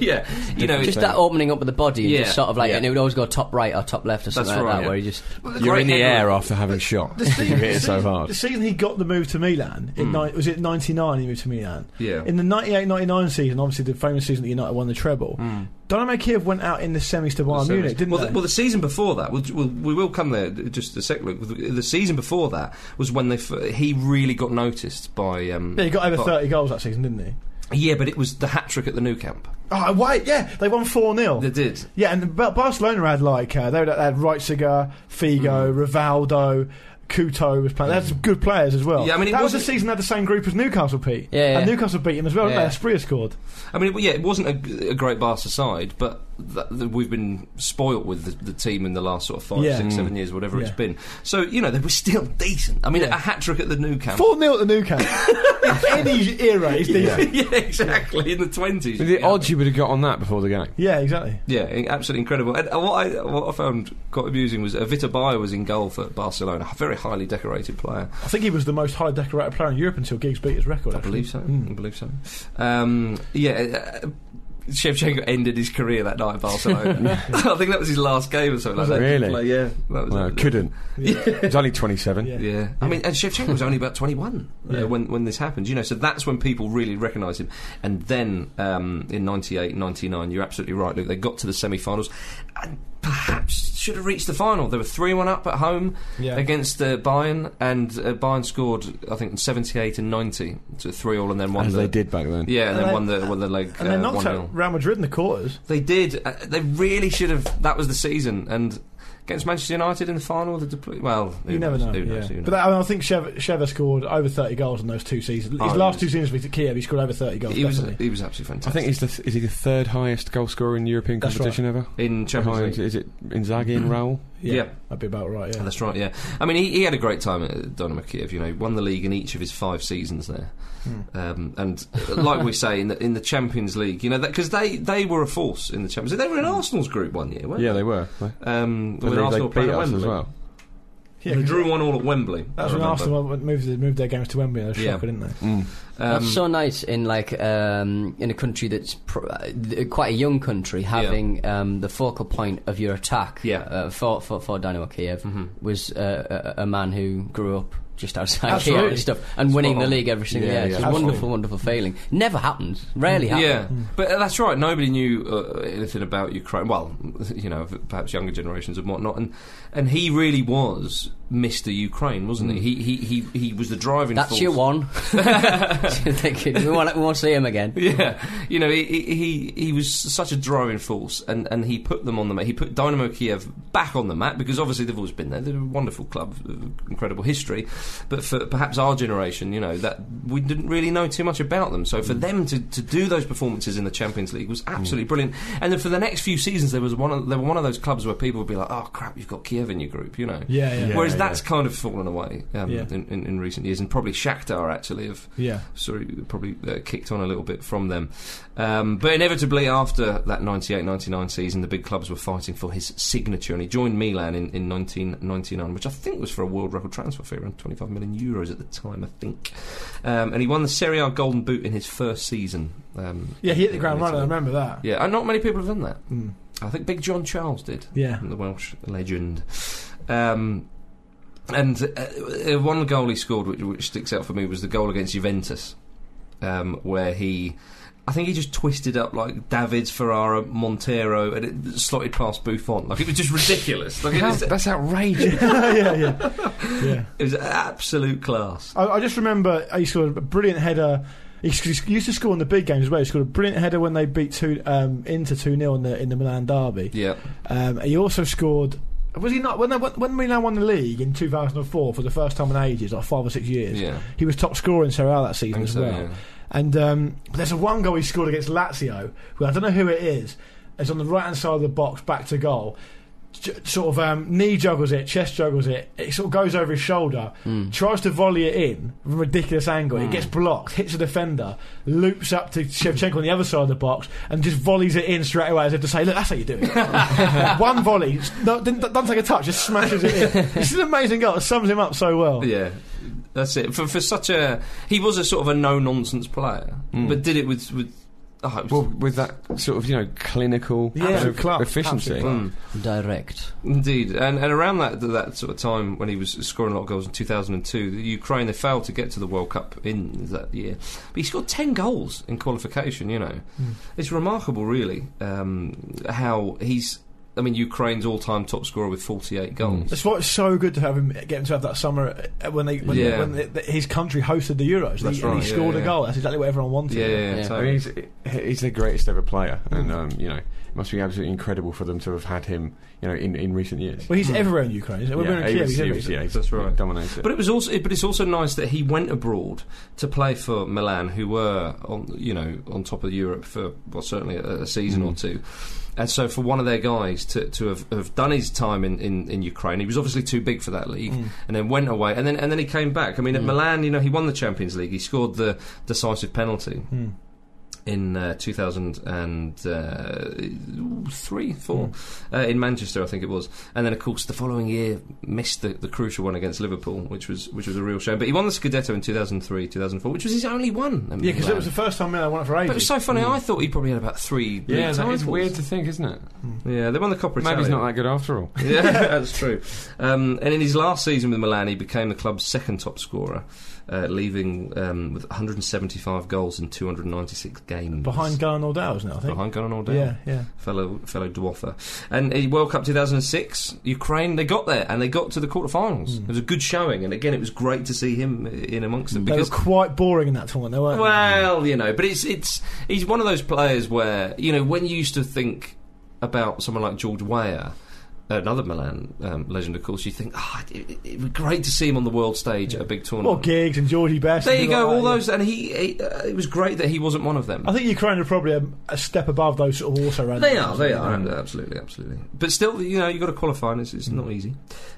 S3: Yeah, yeah. You know,
S4: just that opening up of the body, and
S3: Yeah,
S4: just sort of like,
S3: yeah.
S4: and it would always go top right or top left or something like
S3: right,
S4: that,
S3: yeah.
S4: where he just
S5: You're in the
S3: Great
S5: air
S3: header.
S5: after having *laughs* shot. You hit it so
S6: The
S5: hard.
S6: season he got the move to Milan, in ni- was it 99 he moved to Milan?
S3: Yeah.
S6: In the 98 99 season, obviously the famous season that United won the treble, Dynamo Kiev went out in Hmm. the semis to Bayern Munich, didn't
S3: well,
S6: they?
S3: The, well, the season before that, we'll, we'll, we will come there just a sec. Luke. The the season before that was when they f- he really got noticed by. Um,
S6: yeah, he got over
S3: by-
S6: 30 goals that season, didn't he?
S3: Yeah, but it was the hat trick at the new camp.
S6: Oh, wait, yeah, they won 4
S5: Oh.
S6: 0.
S3: They did.
S6: Yeah, and Ba- Barcelona had like uh, they, had, they had Reitziger, Figo,
S3: Mm.
S6: Rivaldo, Couto was playing. They had some good players as well.
S3: Yeah, I mean, it
S6: that was the
S3: wasn't-
S6: season they had the same group as Newcastle, Pete.
S4: Yeah, yeah.
S6: and Newcastle beat him as well. didn't
S4: Yeah.
S6: they? Asprey scored.
S3: I mean, it- yeah, it wasn't a g- a, great Barca side, but th- th- we've been spoilt with the, the team in the last sort of five,
S6: Yeah.
S3: six,
S6: Mm.
S3: seven years, whatever it's
S6: Yeah.
S3: been. So you know they were still decent. I mean, a hat trick at the new camp.
S6: Four 0 at the Newcastle. In Any era, it's
S3: *laughs* *laughs*
S6: decent.
S3: yeah, exactly. In the twenties,
S5: The odds you would have got on that before the game.
S6: Yeah, exactly.
S3: Yeah, i- absolutely incredible. And uh, what I what I found quite amusing was uh, Vita Bayer was in goal for Barcelona, a very highly decorated player.
S6: I think he was the most highly decorated player in Europe until Giggs beat his record.
S3: I
S6: actually.
S3: believe so.
S6: Hmm.
S3: I believe so. Um, yeah. Uh, Shevchenko ended his career that night at
S6: *laughs*
S3: Barcelona. *laughs* I think that was his last game or something
S6: Was
S3: like
S5: it?
S3: that.
S5: Really?
S3: Like, yeah. That was
S5: No,
S3: that-
S5: couldn't.
S6: Yeah.
S5: Uh, He's only 27.
S6: Yeah.
S3: Yeah. I mean, and Shevchenko was only
S6: *laughs*
S3: about 21
S6: Yeah.
S3: uh, when, when this happened, you know, so that's when people really recognised him. And then um, in 98, 99, you're absolutely right, Luke, they got to the semi finals and perhaps should have reached the final. They were 3 1 up at home
S6: Yeah.
S3: against uh, Bayern, and uh, Bayern scored, I think, in 78 and 90, so 3 all, and then won
S5: As
S3: the.
S5: they did back then.
S3: Yeah, and, then
S6: And they-
S3: won the won the leg
S6: And they
S3: uh,
S6: knocked
S3: one
S6: out
S3: 0
S6: Real Madrid in the quarters.
S3: They did. Uh, they really should have. That was the season. And against Manchester United in the final, the depl- well, who
S6: You never
S3: knows,
S6: know.
S3: who knows,
S6: yeah.
S3: who knows.
S6: But I, mean, I think Shev- Sheva scored over 30 goals in those two seasons. His
S3: Oh,
S6: last
S3: yes.
S6: two seasons with Kiev, he scored over 30 goals.
S3: he was
S6: definitely.
S3: he was absolutely
S5: I
S3: fantastic.
S5: think he's the th- is he the third highest goal scorer in European
S6: That's
S5: competition ever?
S3: in Champions
S5: Behind,
S3: League.
S5: is it Inzaghi and Raul?
S3: yeah.
S6: that'd be about right. Yeah.
S3: That's right, yeah. I mean, he, he had a great time at Dynamo Kiev. You know, won the league in each of his five seasons there. Um, and uh, like we say in the, in the Champions League, you know, because they they were a force in the Champions League. They were in Arsenal's group one year, weren't
S5: Yeah, they were. They,
S3: they? Um,
S5: they,
S3: when
S5: they
S3: Arsenal played
S5: beat
S3: at
S5: us
S3: Wembley
S5: as well.
S6: Yeah,
S3: they
S6: 'cause
S3: drew one all at Wembley.
S6: That was
S3: I
S6: when
S3: remember.
S6: Arsenal went- moved, the- moved their games to Wembley. They were
S3: Yeah.
S6: shocker, didn't
S5: Mm.
S6: they?
S3: Um,
S4: That's so nice in like um, in a country that's pr- uh, th- quite a young country having um, the focal point of your attack
S3: Yeah.
S4: uh, for, for for Dynamo Kiev was uh, a, a man who grew up just outside
S6: Absolutely.
S4: Kiev and stuff and winning the league every single
S5: Yeah,
S4: year.
S5: yeah.
S4: It's a
S5: Absolutely.
S4: wonderful, wonderful feeling. Never happens. Rarely happens.
S3: Yeah, but uh, that's right. Nobody knew uh, anything *laughs* about Ukraine. Well, you know, perhaps younger generations and whatnot. And and he really was Mr. Ukraine, wasn't he? He, he, he? he was the driving
S4: Mm. That's
S3: force.
S4: your one. *laughs* You're thinking, we want we want to see him again.
S3: Yeah, you know, he, he he was such a driving force, and, and he put them on the map. He put Dynamo Kiev back on the map because obviously they've always been there. They're a wonderful club, uh, incredible history, but for perhaps our generation, you know, that we didn't really know too much about them. So for
S6: Mm.
S3: them to, to do those performances in the Champions League was absolutely brilliant. And then for the next few seasons, there was one of, they were one of those clubs where people would be like, "Oh crap, you've got Kiev in your group," you know.
S6: Yeah, yeah,
S5: Yeah.
S3: Whereas that's kind of fallen away um,
S6: Yeah.
S3: in, in, in recent years, and probably Shakhtar actually have
S6: yeah.
S3: sorry, probably uh, kicked on a little bit from them. Um, but inevitably, after that 98 99 season, the big clubs were fighting for his signature, and he joined Milan in, in 1999, which I think was for a world record transfer fee, around 25 million euros at the time, I think. Um, and he won the Serie A Golden Boot in his first season. Um,
S6: Yeah, he hit the
S3: in
S6: ground running. I
S3: Italy.
S6: remember that.
S3: Yeah, and not many people have done that.
S6: Mm.
S3: I think Big John Charles did *laughs*
S6: Yeah. *laughs*
S3: the Welsh legend. Um, and uh, uh, one goal he scored, which, which sticks out for me, was the goal against Juventus, um, where he. I think he just twisted up like Davids, Ferrara, Montero, and it slotted past Buffon. Like it was just ridiculous. Like it
S5: How-
S3: was, it *laughs*
S5: that's outrageous.
S6: yeah, yeah, yeah.
S3: was absolute class.
S6: I, I just remember he scored a brilliant header. He, sc- he used to score in the big games as well. He scored a brilliant header when they beat two um, Inter two 0 in the in the Milan derby.
S3: Yeah,
S6: Um, he also scored. Was he not when they, when Milan won the league in 2004 for the first time in ages, like five or six years?
S3: yeah.
S6: He was top scorer in Serie A that
S3: I
S6: season
S3: think
S6: as
S3: so,
S6: well.
S3: yeah.
S6: And um, but there's a one goal he scored against Lazio. Where I don't know who it is. It's on the right hand side of the box, back to goal. J- sort of um, knee juggles it, chest juggles it. It sort of goes over his shoulder. Tries to volley it in from a ridiculous angle. It gets blocked, hits a defender, loops up to Shevchenko on the other side of the box, and just volleys it in straight away as if to say, "Look, that's how you do it." one volley, no, didn't, doesn't take a touch, just smashes it in. It's an amazing goal. It sums him up so well.
S3: Yeah, that's it. For for such a he was a sort of a no nonsense player, but did it with with. Oh, it
S5: Hmm. well,
S3: was,
S5: with that sort of you know clinical
S6: Yeah.
S5: sort of
S6: Club.
S5: efficiency.
S6: Absolute
S3: Mm.
S4: Direct.
S3: Indeed, and, and around that that sort of time when he was scoring a lot of goals in 2002, the Ukraine they failed to get to the World Cup in that year, but he scored 10 goals in qualification. You know, it's remarkable, really, um, how he's. I mean, Ukraine's all-time top scorer with 48 goals.
S6: Hmm. That's why it's so good to have him get him to have that summer uh, when they when,
S3: Yeah.
S6: when the, the, his country hosted the Euros.
S3: That's
S6: he, and
S3: right,
S6: he
S3: yeah,
S6: scored
S3: yeah.
S6: a goal. That's exactly what everyone wanted.
S3: Yeah, yeah, yeah.
S4: Yeah.
S5: I
S3: totally.
S5: mean, he's, he's the greatest ever player, and um, you know it must be absolutely incredible for them to have had him. You know, in, in recent years.
S6: Well,
S3: Hmm.
S6: he's everywhere in Ukraine. Isn't he? When we
S5: yeah,
S6: We're
S5: he was-
S6: in Kiev. He's
S5: he
S6: everywhere.
S5: was- yeah, he's-
S3: That's right.
S5: he dominated.
S3: But it was also, but it's also nice that he went abroad to play for Milan, who were on, you know, on top of Europe for well, certainly a, a season or two. And so, for one of their guys to, to have, have done his time in, in, in Ukraine, he was obviously too big for that league, and then went away, and then and then he came back. I mean, at Milan, you know, he won the Champions League. He scored the decisive penalty
S6: Mm.
S3: in uh, 2003, 4,
S5: Hmm.
S3: uh, in Manchester, I think it was. And then, of course, the following year missed the, the crucial one against Liverpool, which was which was a real shame. But he won the Scudetto in 2003, 2004, which was his only one. at
S6: Yeah, because it
S3: Milan.
S6: was the first time Milan won it for ages.
S3: But it was so funny, I thought he probably had about three. league
S5: Hmm. yeah, that
S3: titles.
S5: is weird to think, isn't it?
S3: Yeah, they won the Coppa
S5: Maybe
S3: *laughs*
S5: he's
S3: Italia.
S5: not that good after all.
S3: yeah, that's true. Um, and in his last season with Milan, he became the club's second top scorer, uh, leaving um, with 175 goals in 296 games.
S6: behind Garner or Dow's now, I think.
S3: Behind Gunnar Nordell
S6: yeah, yeah.
S3: fellow fellow dwarfer. And in World Cup 2006, Ukraine they got there and they got to the
S6: Hmm.
S3: quarterfinals. It was a good showing, and again it was great to see him in amongst them
S6: They were
S3: because.
S6: quite boring in that tournament, they weren't. they?
S3: Well, you know, but it's it's he's one of those players where you know when you used to think about someone like George Weah, another Milan um, legend, of course, you think ah, it, it, it would be great to see him on the world stage at a big
S6: Well,
S3: tournament.
S6: gigs and Georgie Best.
S3: mm. there
S6: and
S3: you
S6: people
S3: go,
S6: like
S3: all
S6: that, yeah.
S3: those, and he, he uh, it was great that he wasn't one of them.
S6: I think Ukraine are probably a, a step above those sort of auto runners.
S3: They are, they are, and absolutely, absolutely. But still, you know, you've got to qualify, and it's, it's not easy,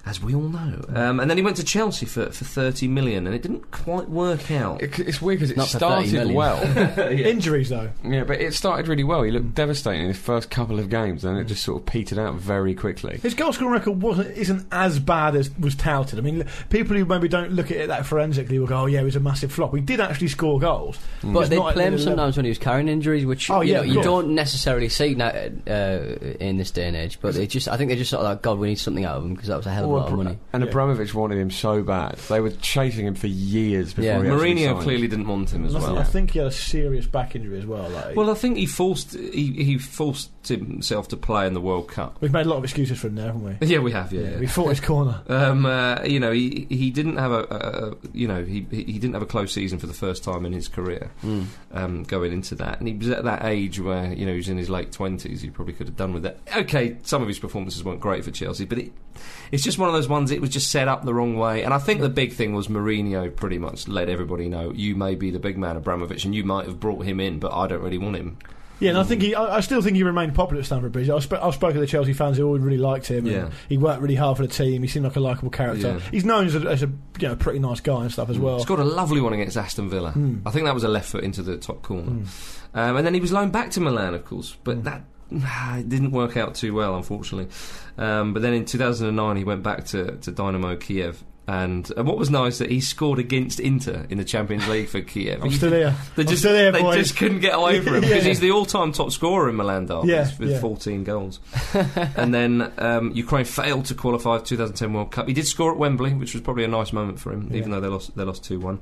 S3: as we all know. Um, and then he went to Chelsea for, for 30 million, and it didn't quite work *laughs* out.
S5: It, it's weird because it
S4: Not for 30
S5: started
S3: *laughs*
S4: million.
S5: well.
S6: Injuries, though.
S5: yeah, but it started really well. He looked devastating in his first couple of games, and it just sort of petered out very quickly.
S6: His goal scoring record wasn't isn't as bad as was touted. I mean, l- people who maybe don't look at it that forensically will go, "Oh yeah, it was a massive flop." He did actually score goals,
S4: But
S6: It's
S4: they
S6: not at
S4: play him
S6: the level-
S4: sometimes when he was carrying injuries, which
S6: Oh,
S4: you,
S6: yeah,
S4: know,
S6: of
S4: you
S6: course.
S4: don't necessarily see now, uh, in this day and age. But they just, I think they just sort of like, God, we need something out of him because that was a hell of a
S5: Or
S4: lot of
S5: Abra-
S4: money.
S5: And Abramovich wanted him so bad. They were chasing him for years before
S4: Yeah.
S5: he actually
S3: Mourinho
S5: signed.
S3: clearly didn't want him as
S6: And I,
S3: well.
S6: th- I think he had a serious back injury as well. Like,
S3: Well, I think he forced he, he forced himself to play in the World Cup. *laughs*
S6: We've made a lot of excuses for him now, haven't we?
S3: Yeah, we have. Yeah, yeah. *laughs*
S6: We fought his corner.
S3: Um, uh, you know, he he didn't have a, a a- you know he he he didn't have a close season for the first time in his career
S6: Hmm.
S3: um, going into that, and he was at that age where you know he was in his late twenties. He probably could have done with that. Okay, some of his performances weren't great for Chelsea, but it it's just one of those ones. It was just set up the wrong way, and I think the big thing was Mourinho pretty much let everybody know you may be the big man Abramovich, and you might have brought him in, but I don't really want him.
S6: Yeah, and I think he, I, I still think he remained popular at Stamford Bridge. I've, sp- I've spoken to the Chelsea fans who all really liked him. and
S3: Yeah.
S6: he worked really hard for the team. He seemed like a likable character.
S3: Yeah. Hmm.
S6: He's known as a, as a you know pretty nice guy and stuff as well. Hmm.
S3: Scored a lovely one against Aston Villa. I think that was a left foot into the top corner. Um, and then he was loaned back to Milan, of course, but
S6: Hmm.
S3: that it didn't work out too well, unfortunately. Um, but then in 2009, he went back to, to Dynamo Kiev. And, and what was nice that he scored against Inter in the Champions League for Kiev.
S6: I'm still here.
S3: They
S6: I'm
S3: just,
S6: still here,
S3: they
S6: boys.
S3: just couldn't get away
S6: *laughs*
S3: from him
S6: Yeah.
S3: because he's the all-time top scorer in Milan Derby
S6: Yeah,
S3: with
S6: yeah.
S3: 14
S6: *laughs*
S3: goals. and then um, Ukraine failed to qualify for 2010 World Cup. He did score at Wembley, which was probably a nice moment for him, even
S6: Yeah.
S3: though they lost they lost 2-1.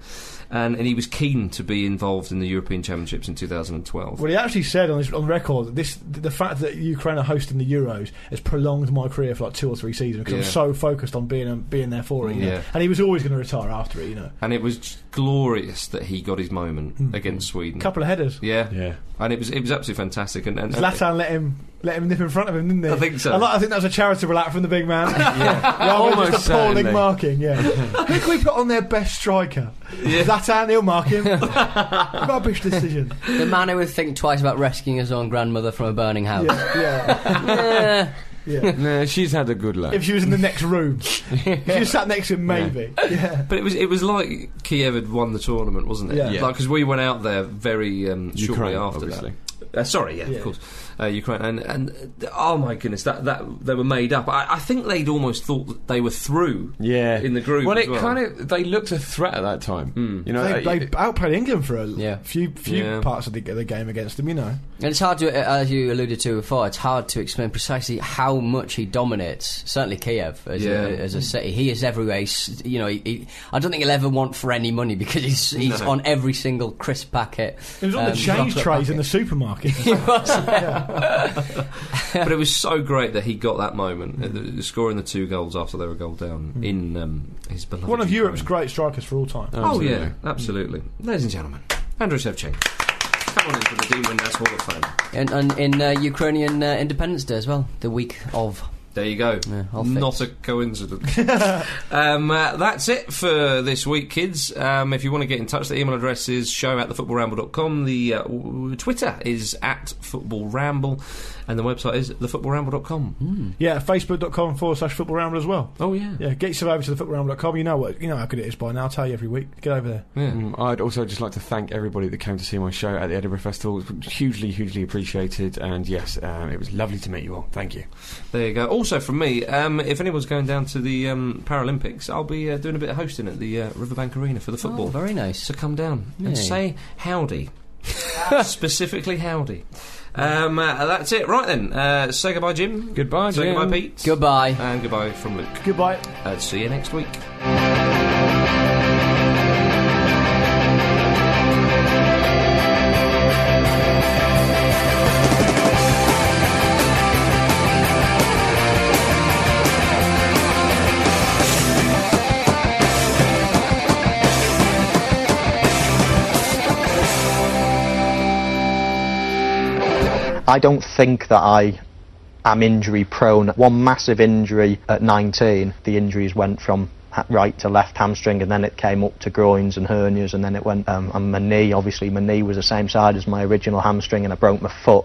S3: And and he was keen to be involved in the European Championships in 2012.
S6: Well, he actually said on his, on record that this the fact that Ukraine are hosting the Euros has prolonged my career for like two or three seasons because
S3: Yeah.
S6: I'm so focused on being being there for it. you know.
S3: Yeah.
S6: And he was always going to retire after it. You know,
S3: And it was just glorious that he got his moment
S6: Hmm.
S3: against Sweden.
S6: a couple of headers.
S3: Yeah. *laughs*
S5: Yeah.
S3: and it was it was absolutely fantastic. And, and
S6: Zlatan let him let him nip in front of him, didn't he?
S3: I think so.
S6: I, like- I think that was a charitable act from the big man.
S3: *laughs*
S6: yeah, rather than
S5: Almost
S6: just appalling
S5: certainly.
S6: marking. Yeah, who can we put on their best striker?
S3: Yeah.
S6: Zlatan, he'll mark
S3: *laughs*
S6: him. Rubbish decision.
S4: *laughs* The man who would think twice about rescuing his own grandmother from a burning house.
S6: Yeah, yeah,
S4: Eh,
S6: yeah.
S5: Nah, she's had a good laugh.
S6: If she was in the next room, if she was sat next to him, maybe. Yeah,
S3: But it was it was like Kiev had won the tournament, wasn't it?
S6: Yeah.
S5: Yeah.
S3: Like because we went out there very um, shortly
S5: Ukraine,
S3: after
S5: obviously.
S3: that. Uh, sorry, yeah,
S6: Yeah.
S3: of course, uh, Ukraine and and uh, oh my goodness, that that they were made up. I, I think they'd almost thought that they were through.
S5: Yeah.
S3: In the group
S5: Well,
S3: as
S5: it
S3: well.
S5: kind of they looked a threat at that time. You know,
S6: they,
S5: uh,
S6: they outplayed England for a
S4: Yeah.
S6: few few
S3: Yeah.
S6: parts of the, the game against them. You know,
S4: And it's hard to, uh, as you alluded to before, it's hard to explain precisely how much he dominates. Certainly Kiev as,
S3: Yeah.
S4: a, as a city, he is everywhere. He's, you know, he, he, I don't think he'll ever want for any money because he's he's
S3: No.
S4: on every single crisp packet.
S6: it was on the
S4: um, *laughs*
S6: change
S4: chocolate
S6: trays in the
S4: packet.
S6: supermarket.
S4: He was.
S3: but it was so great that he got that moment, uh, the- scoring the two goals after they were goal down in um, his beloved.
S6: *laughs* One of
S3: Ukraine.
S6: Europe's great strikers for all time.
S3: Oh
S5: Absolutely.
S3: yeah, absolutely, ladies and gentlemen, Andrew Shevchenko. Come on in for the Dean Windass Hall of Fame.
S4: and, and in uh, Ukrainian uh, Independence Day as well, the week of.
S3: There you go.
S4: Yeah, I'll fix.
S3: Not a coincidence. *laughs* um, uh, that's it for this week, kids. Um, if you want to get in touch, the email address is show at thefootballramble.com. The uh, w- Twitter is at footballramble, and the website is thefootballramble.com.
S4: Mm. Um.
S6: Yeah, facebook.com forward slash football ramble as well.
S3: Oh, yeah.
S6: Yeah, get yourself over to the footballramble.com. You know what you know how good it is by now. I'll tell you every week. Get over there.
S5: Mm, I'd also just like to thank everybody that came to see my show at the Edinburgh Festival. It was hugely, hugely appreciated. And yes, um, it was lovely to meet you all. Thank you.
S3: There you go. Also, from me, um, if anyone's going down to the um, Paralympics, I'll be uh, doing a bit of hosting at the uh, Riverbank Arena for the
S4: Oh,
S3: football.
S4: very nice.
S3: So come down
S4: Yeah.
S3: and say howdy. *laughs* Specifically, howdy. Um, uh, that's it. Right then. Uh, say goodbye, Jim.
S5: Goodbye,
S3: Say
S5: Jim.
S3: goodbye, Pete.
S4: Goodbye.
S3: And goodbye from Luke.
S6: Goodbye.
S3: Uh, see you next week.
S7: I don't think that I am injury prone. One massive injury at 19, the injuries went from ha- right to left hamstring and then it came up to groins and hernias and then it went um, and my knee obviously my knee was the same side as my original hamstring and I broke my foot